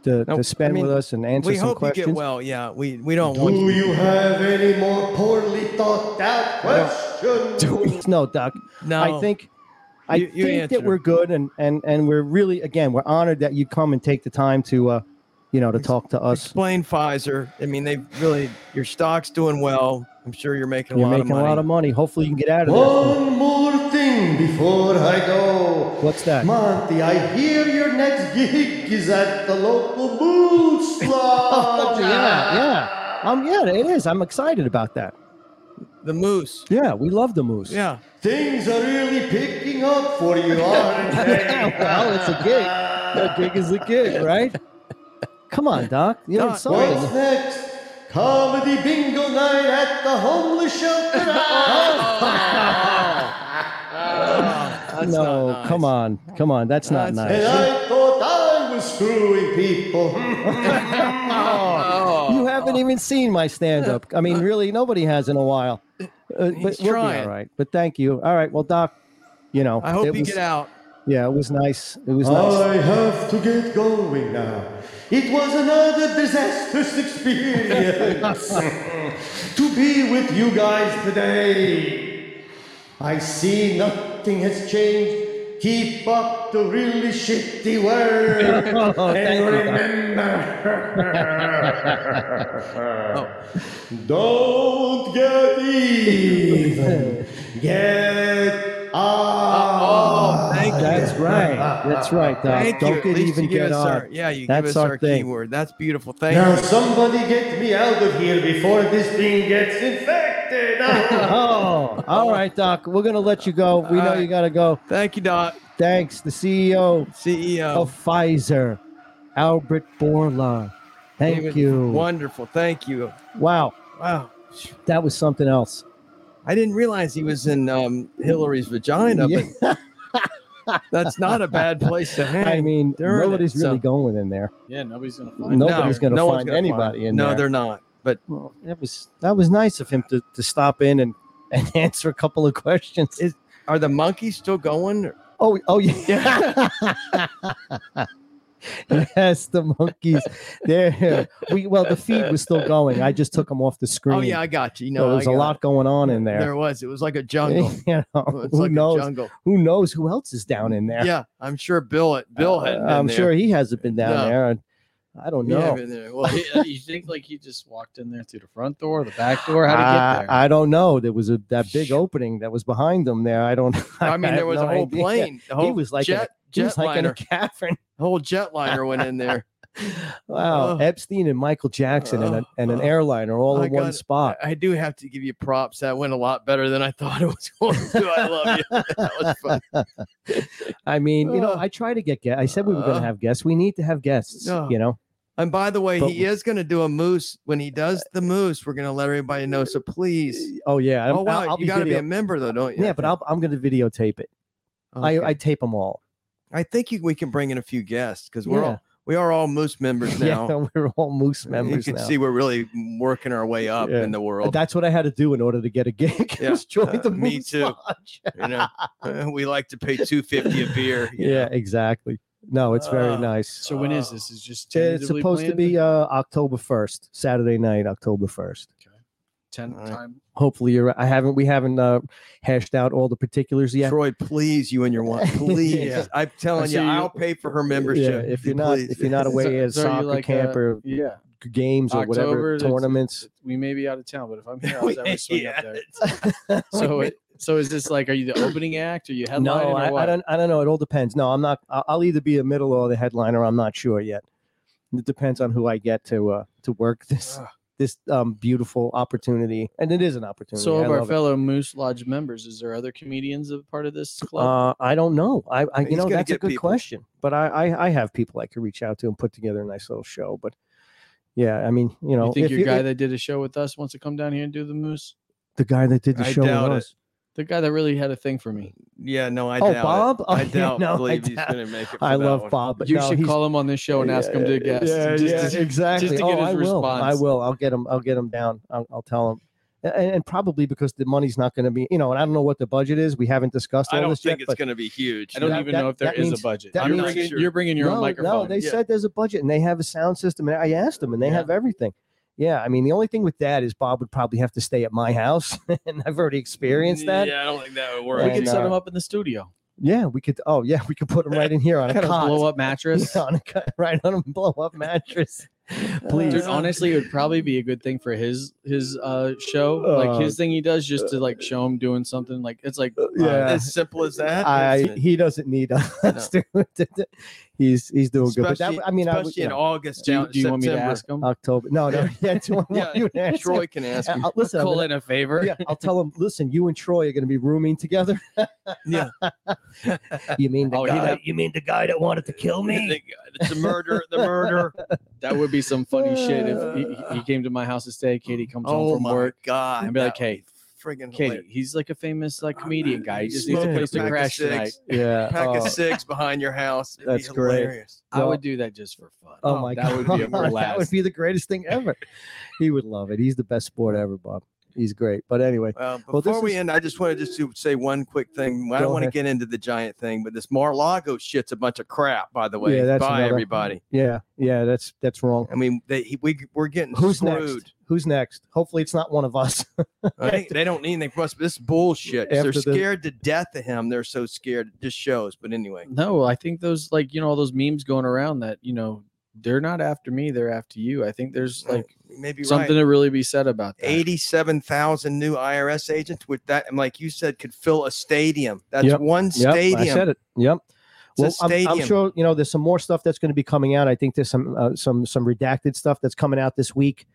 Speaker 2: to,
Speaker 3: No, I
Speaker 2: to spend
Speaker 3: mean,
Speaker 2: with us and answer
Speaker 3: We
Speaker 2: some
Speaker 3: hope you
Speaker 2: questions.
Speaker 3: get well. Yeah, we we don't want
Speaker 5: Do
Speaker 3: you.
Speaker 5: you have any more poorly thought out questions?
Speaker 2: no, Doc.
Speaker 3: No.
Speaker 2: I think I
Speaker 3: You- you
Speaker 2: think that
Speaker 3: answered.
Speaker 2: we're good, and and and we're really again we're honored that you come and take the time to, uh, you know, to talk to us.
Speaker 3: Explain Pfizer. I mean, they really. Your stock's doing well. I'm sure you're making a
Speaker 2: You're
Speaker 3: lot
Speaker 2: making
Speaker 3: of money.
Speaker 2: a lot of money. Hopefully, you can get out of this.
Speaker 5: One more thing before I go.
Speaker 2: What's that?
Speaker 5: Monty, I hear your next gig is at the local booth lodge.
Speaker 2: Oh, yeah, yeah. Um, yeah, it is. I'm excited about that.
Speaker 3: The moose.
Speaker 2: Yeah, we love the moose.
Speaker 3: Yeah.
Speaker 5: Things are really picking up for you, aren't they?
Speaker 2: well, it's a gig. A gig is a gig, right? Come on, Doc. You know,
Speaker 3: Doc,
Speaker 2: something.
Speaker 5: What's next? Comedy bingo night at the homeless shelter.
Speaker 2: no, come on, come on. That's not
Speaker 3: That's-
Speaker 5: and
Speaker 2: nice.
Speaker 5: I thought I was screwing people.
Speaker 2: You haven't even seen my stand-up. I mean, really, nobody has in a while. Uh, but
Speaker 3: He's
Speaker 2: we'll be
Speaker 3: trying.
Speaker 2: all right. But thank you. All right. Well, Doc, you know,
Speaker 3: I hope
Speaker 2: it
Speaker 3: you
Speaker 2: was,
Speaker 3: get out.
Speaker 2: Yeah, it was nice. It
Speaker 5: Oh,
Speaker 2: was nice.
Speaker 5: I have to get going now. It was another disastrous experience to be with you guys today. I see nothing has changed. Keep up the really shitty work. and remember, don't get even. Get up.
Speaker 3: Thank you.
Speaker 2: That's right. That's right, Doc.
Speaker 3: Thank you.
Speaker 2: Uh, Don't
Speaker 3: At
Speaker 2: get
Speaker 3: least
Speaker 2: even
Speaker 3: you give
Speaker 2: get
Speaker 3: us
Speaker 2: on.
Speaker 3: our- yeah, you
Speaker 2: That's
Speaker 3: give us
Speaker 2: our
Speaker 3: our,
Speaker 2: thing.
Speaker 3: keyword. That's beautiful. Thank
Speaker 5: Now
Speaker 3: you.
Speaker 5: somebody get me out of here before this thing gets infected.
Speaker 2: Oh, all right, Doc. We're gonna let you go. We know
Speaker 3: right.
Speaker 2: you gotta go.
Speaker 3: Thank you, Doc. E
Speaker 2: Thanks, the CEO
Speaker 3: CEO.
Speaker 2: of Pfizer, Albert Borla. Thank
Speaker 3: David,
Speaker 2: you.
Speaker 3: Wonderful. Thank you.
Speaker 2: Wow,
Speaker 3: Wow.
Speaker 2: that was something else.
Speaker 3: I didn't realize he was in um, Hillary's vagina,
Speaker 2: Yeah,
Speaker 3: but that's not a bad place to hang.
Speaker 2: I mean,
Speaker 3: during it,
Speaker 2: nobody's really
Speaker 3: so-
Speaker 2: going in there.
Speaker 4: Yeah, nobody's gonna find.
Speaker 2: No.
Speaker 4: it.
Speaker 2: nobody's gonna
Speaker 3: one's
Speaker 2: find
Speaker 3: gonna
Speaker 2: anybody in
Speaker 3: no,
Speaker 2: there.
Speaker 3: they're not. But
Speaker 2: Well, that was that was nice of him to, to stop in and, and answer a couple of questions.
Speaker 3: Is- are the monkeys still going?
Speaker 2: Oh, oh yeah. yes, the monkeys. There, we well, the feed was still going. I just took them off the screen.
Speaker 3: Oh yeah, I got you. you
Speaker 2: so
Speaker 3: know,
Speaker 2: there was
Speaker 3: I
Speaker 2: a
Speaker 3: got
Speaker 2: lot going on in
Speaker 3: it.
Speaker 2: there.
Speaker 3: There was. It was like a jungle.
Speaker 2: you know,
Speaker 3: It's
Speaker 2: who
Speaker 3: like a
Speaker 2: knows?
Speaker 3: jungle.
Speaker 2: Who knows who else is down in there?
Speaker 3: Yeah, I'm sure Bill. Bill had.
Speaker 2: Uh, I'm sure he hasn't been down
Speaker 3: No.
Speaker 2: there. and I don't know.
Speaker 3: Yeah, been there. Well,
Speaker 4: Yeah, you think like he just walked in there through the front door, the back door? How
Speaker 2: I,
Speaker 4: to get there?
Speaker 2: I don't know. There was a that big opening that was behind them there. I don't.
Speaker 3: I mean,
Speaker 2: have
Speaker 3: there was a
Speaker 2: no
Speaker 3: whole
Speaker 2: idea.
Speaker 3: plane. The whole
Speaker 2: he was like in
Speaker 3: jet.
Speaker 2: a, he was like in a
Speaker 3: jetliner.
Speaker 2: cavern.
Speaker 3: whole jetliner went in there.
Speaker 2: Wow,
Speaker 3: Oh.
Speaker 2: Epstein and Michael Jackson and, a,
Speaker 3: Oh,
Speaker 2: and an
Speaker 3: oh.
Speaker 2: airliner all
Speaker 3: I
Speaker 2: in one
Speaker 3: got-
Speaker 2: spot.
Speaker 3: I do have to give you props. That went a lot better than I thought it was going to. I love you. That was fun.
Speaker 2: I mean, you know,
Speaker 3: Uh,
Speaker 2: I try to get guests. I said we were going
Speaker 3: uh,
Speaker 2: to have guests. We need to have guests.
Speaker 3: no.
Speaker 2: You know,
Speaker 3: And by the way,
Speaker 2: But
Speaker 3: he is going to do a moose. When he does the moose, we're going to let everybody know. So please.
Speaker 2: oh yeah, I'm-
Speaker 3: oh wow,
Speaker 2: I'll, I'll
Speaker 3: you got to be
Speaker 2: video-
Speaker 3: a member though, don't you?
Speaker 2: yeah, but I'll, I'm going to videotape it. I, I tape them all.
Speaker 3: I think you, we can bring in a few guests because we're
Speaker 2: Yeah.
Speaker 3: all we are all moose members now.
Speaker 2: Yeah, we're all Moose
Speaker 3: And
Speaker 2: members
Speaker 3: you can
Speaker 2: now.
Speaker 3: see we're really working our way up
Speaker 2: Yeah.
Speaker 3: in the world.
Speaker 2: That's what I had to do in order to get a gig.
Speaker 3: Yeah,
Speaker 2: was join
Speaker 3: uh,
Speaker 2: the
Speaker 3: me
Speaker 2: Moose
Speaker 3: too.
Speaker 2: Lodge.
Speaker 3: you know, we like to pay two fifty a beer. you
Speaker 2: Yeah,
Speaker 3: know.
Speaker 2: exactly. No, it's very
Speaker 3: Uh,
Speaker 2: nice.
Speaker 4: so when is this? Is just
Speaker 2: It's
Speaker 4: tentatively
Speaker 2: supposed to
Speaker 4: planned?
Speaker 2: be uh, October first, Saturday night, October first.
Speaker 4: ten
Speaker 3: All right.
Speaker 4: time.
Speaker 2: Hopefully, you're. right. I haven't. We haven't uh, hashed out all the particulars yet.
Speaker 3: Troy, please, you and your wife, please. I'm telling you,
Speaker 4: see you-
Speaker 3: I'll pay for her membership.
Speaker 2: Yeah, if you're not if you're not away at
Speaker 4: So- so are you
Speaker 2: soccer
Speaker 4: like,
Speaker 2: camp
Speaker 4: uh,
Speaker 2: or
Speaker 4: Yeah,
Speaker 2: games or
Speaker 4: October,
Speaker 2: whatever
Speaker 4: that's-
Speaker 2: tournaments.
Speaker 4: we may be out of town, but if I'm here, I'll definitely swing up there. So,
Speaker 2: Wait,
Speaker 4: it, so is this like, are you the opening act? Are you headlining?
Speaker 2: no,
Speaker 4: or
Speaker 2: I, I
Speaker 4: what?
Speaker 2: don't. I don't know. It all depends. No, I'm not. I'll, I'll either be a middle or the headliner. I'm not sure yet. It depends on who I get to uh, to work this
Speaker 4: Ugh.
Speaker 2: this um, beautiful opportunity, and it is an opportunity.
Speaker 4: So,
Speaker 2: I
Speaker 4: of our
Speaker 2: love it.
Speaker 4: fellow Moose Lodge members, is there other comedians a part of this club?
Speaker 2: Uh, I don't know. I, I you
Speaker 3: He's
Speaker 2: know
Speaker 3: gonna
Speaker 2: that's a
Speaker 3: get
Speaker 2: good
Speaker 3: people.
Speaker 2: question, but I, I I have people I could reach out to and put together a nice little show. But yeah, I mean, you know,
Speaker 4: you think
Speaker 2: if
Speaker 4: your guy
Speaker 2: if-
Speaker 4: that did a show with us wants to come down here and do the Moose?
Speaker 2: the guy that did the
Speaker 3: I
Speaker 2: show with
Speaker 3: doubt it.
Speaker 2: us.
Speaker 4: The guy that really had a thing for me.
Speaker 3: Yeah, no, I
Speaker 2: Oh,
Speaker 3: doubt. it.
Speaker 2: Bob? Oh,
Speaker 3: I
Speaker 2: yeah,
Speaker 3: doubt.
Speaker 2: no, I
Speaker 3: believe he's
Speaker 2: doubt-
Speaker 3: gonna make it. For
Speaker 2: I
Speaker 3: that
Speaker 2: love
Speaker 3: one.
Speaker 2: Bob, but
Speaker 4: you
Speaker 2: no,
Speaker 4: should
Speaker 2: he's-
Speaker 4: call him on this show and ask him to a guest.
Speaker 2: Yeah,
Speaker 4: just
Speaker 2: yeah,
Speaker 4: to-
Speaker 2: exactly.
Speaker 4: just to
Speaker 2: oh,
Speaker 4: get his
Speaker 2: I will. I
Speaker 4: response.
Speaker 2: will. I'll get him. I'll get him down. I'll, I'll tell him, A- and, and probably because the money's not going to be, you know, and I don't know what the budget is. We haven't discussed all
Speaker 3: I don't
Speaker 2: this
Speaker 3: think
Speaker 2: yet.
Speaker 3: it's
Speaker 2: but
Speaker 3: gonna be huge.
Speaker 4: I don't
Speaker 2: That-
Speaker 4: even
Speaker 2: that-
Speaker 4: know if there
Speaker 2: that
Speaker 4: is
Speaker 2: means-
Speaker 4: a budget.
Speaker 2: that
Speaker 4: You're
Speaker 2: means-
Speaker 4: bringing,
Speaker 3: Sure.
Speaker 4: you're bringing your
Speaker 2: no,
Speaker 4: own microphone.
Speaker 2: no, they
Speaker 3: Yeah.
Speaker 2: said there's a budget and they have a sound system. And I asked them, and they
Speaker 4: Yeah.
Speaker 2: have everything. Yeah, I mean, the only thing with that is Bob would probably have to stay at my house, and I've already experienced that. Yeah,
Speaker 3: Yeah, I don't think that would
Speaker 4: we
Speaker 3: work.
Speaker 2: and,
Speaker 4: could set
Speaker 2: uh,
Speaker 4: him up in the studio.
Speaker 2: we could. Oh, yeah, we could put him right in here on a
Speaker 4: Got a
Speaker 2: cot.
Speaker 4: blow up mattress.
Speaker 2: Yeah, on a co- right on a blow up mattress. Please,
Speaker 4: Dude, honestly, it would probably be a good thing for his his uh show, like his thing he does, just to like show him doing something. Like uh, it's like
Speaker 2: uh, yeah.
Speaker 3: As simple as that.
Speaker 2: I
Speaker 3: It's-
Speaker 2: he doesn't need us to, to- to- he's he's doing good. But
Speaker 3: Especially-
Speaker 2: that, I mean, I would,
Speaker 3: especially
Speaker 2: you
Speaker 3: in
Speaker 2: know,
Speaker 3: August.
Speaker 4: Do,
Speaker 3: down
Speaker 4: you- do you want me to
Speaker 3: September.
Speaker 4: ask him?
Speaker 2: October. No, no, yeah, do you
Speaker 4: Yeah,
Speaker 2: want you to ask him?
Speaker 3: Troy can ask.
Speaker 2: Yeah,
Speaker 3: him.
Speaker 2: I'll- listen, I'm
Speaker 4: Call
Speaker 2: gonna-
Speaker 4: in a favor.
Speaker 2: yeah, I'll tell him. Listen, you and Troy are going to be rooming together.
Speaker 3: Yeah.
Speaker 2: you mean the
Speaker 4: Oh, he'd
Speaker 2: guy?
Speaker 4: have-
Speaker 2: you mean the guy that wanted to kill
Speaker 4: The
Speaker 2: me?
Speaker 4: guy- It's a murder. The murder. That would be some funny shit if
Speaker 2: Uh,
Speaker 4: he, he came to my house to stay. Katie comes
Speaker 3: Oh
Speaker 4: home from
Speaker 3: my
Speaker 4: work.
Speaker 3: god!
Speaker 4: and be like,
Speaker 3: that
Speaker 4: "Hey,
Speaker 3: would be friggin'
Speaker 4: Katie,
Speaker 3: hilarious.
Speaker 4: he's like a famous like
Speaker 3: I'm
Speaker 4: comedian
Speaker 3: not-
Speaker 4: guy. He
Speaker 3: he's
Speaker 4: just needs a
Speaker 2: smoking
Speaker 4: place
Speaker 3: a
Speaker 4: to
Speaker 3: pack of
Speaker 4: crash
Speaker 3: six.
Speaker 4: tonight.
Speaker 2: Yeah.
Speaker 3: pack
Speaker 2: oh,
Speaker 3: of six behind your house. It'd
Speaker 2: That's
Speaker 3: be
Speaker 2: great.
Speaker 3: hilarious.
Speaker 4: I
Speaker 2: Well-
Speaker 4: would do that just for fun.
Speaker 2: oh my
Speaker 4: that
Speaker 2: god,
Speaker 4: would be a
Speaker 2: that would
Speaker 4: blast.
Speaker 2: be the greatest thing ever. he would love it. He's the best sport ever, Bob. He's great. But anyway,
Speaker 3: Well,
Speaker 2: Well,
Speaker 3: Uh, before
Speaker 2: this
Speaker 3: we
Speaker 2: is-
Speaker 3: end, I just wanted just to say one quick thing. I
Speaker 2: Go
Speaker 3: don't want to
Speaker 2: ahead.
Speaker 3: get into the giant thing, but this Mar-a-Lago shit's a bunch of crap, by the way.
Speaker 2: Yeah, that's
Speaker 3: Bye,
Speaker 2: another-
Speaker 3: everybody.
Speaker 2: yeah, yeah, that's that's wrong.
Speaker 3: I mean, they, he- we we're getting
Speaker 2: Who's
Speaker 3: screwed.
Speaker 2: next? Who's next? Hopefully, it's not one of us.
Speaker 3: I think they don't need. They must. This is bullshit.
Speaker 2: After
Speaker 3: They're
Speaker 2: the-
Speaker 3: scared to death of him. They're so scared. It just shows. But anyway,
Speaker 4: No, I think those like you know all those memes going around that you know they're not after me, they're after you. I think there's
Speaker 2: Oh,
Speaker 3: Right.
Speaker 4: like
Speaker 3: maybe
Speaker 4: something
Speaker 3: Right.
Speaker 4: to really be said about that.
Speaker 3: Eighty-seven thousand new IRS agents with that, and like you said, could fill a stadium. That's
Speaker 2: Yep.
Speaker 3: one
Speaker 2: Yep, I
Speaker 3: stadium.
Speaker 2: said it. Yep.
Speaker 3: a
Speaker 2: Well, I'm, I'm
Speaker 3: stadium.
Speaker 2: sure you know. There's some more stuff that's going to be coming out. I think there's some uh, some some redacted stuff that's coming out this week,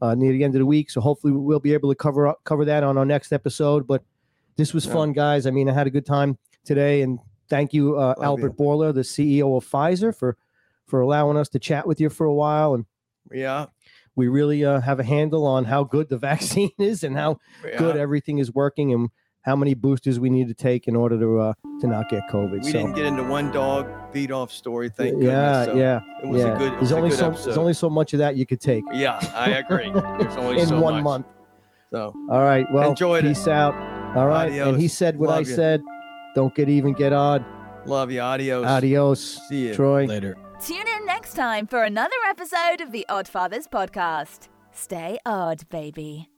Speaker 2: uh, near the end of the week. So hopefully we'll be able to cover up, cover that on our next episode. But this was
Speaker 3: Yeah.
Speaker 2: fun, guys. I mean, I had a good time today, and thank you, uh,
Speaker 3: Love
Speaker 2: Albert Borla, the CEO of Pfizer, for for allowing us to chat with you for a while. And
Speaker 3: yeah,
Speaker 2: we really uh, have a handle on how good the vaccine is and how
Speaker 3: yeah.
Speaker 2: good everything is working and how many boosters we need to take in order to uh, to not get COVID.
Speaker 3: We
Speaker 2: so.
Speaker 3: didn't get into one dog beat off story. Thank goodness.
Speaker 2: yeah,
Speaker 3: So
Speaker 2: yeah,
Speaker 3: It was
Speaker 2: yeah.
Speaker 3: a good. It was
Speaker 2: there's
Speaker 3: a
Speaker 2: only
Speaker 3: good
Speaker 2: so
Speaker 3: episode.
Speaker 2: there's only so much of that you could take
Speaker 3: Yeah, I agree. There's only
Speaker 2: in
Speaker 3: so
Speaker 2: one
Speaker 3: much.
Speaker 2: month.
Speaker 3: So
Speaker 2: All right, well,
Speaker 3: Enjoyed it.
Speaker 2: peace out. All right, and he
Speaker 3: Adios.
Speaker 2: said what I
Speaker 3: Love ya.
Speaker 2: said. Don't get even, get odd.
Speaker 3: love you. Adios.
Speaker 2: Adios,
Speaker 3: See you.
Speaker 2: Troy.
Speaker 4: Later.
Speaker 1: Tune in next time for another episode of the Odd Fathers podcast. Stay odd, baby.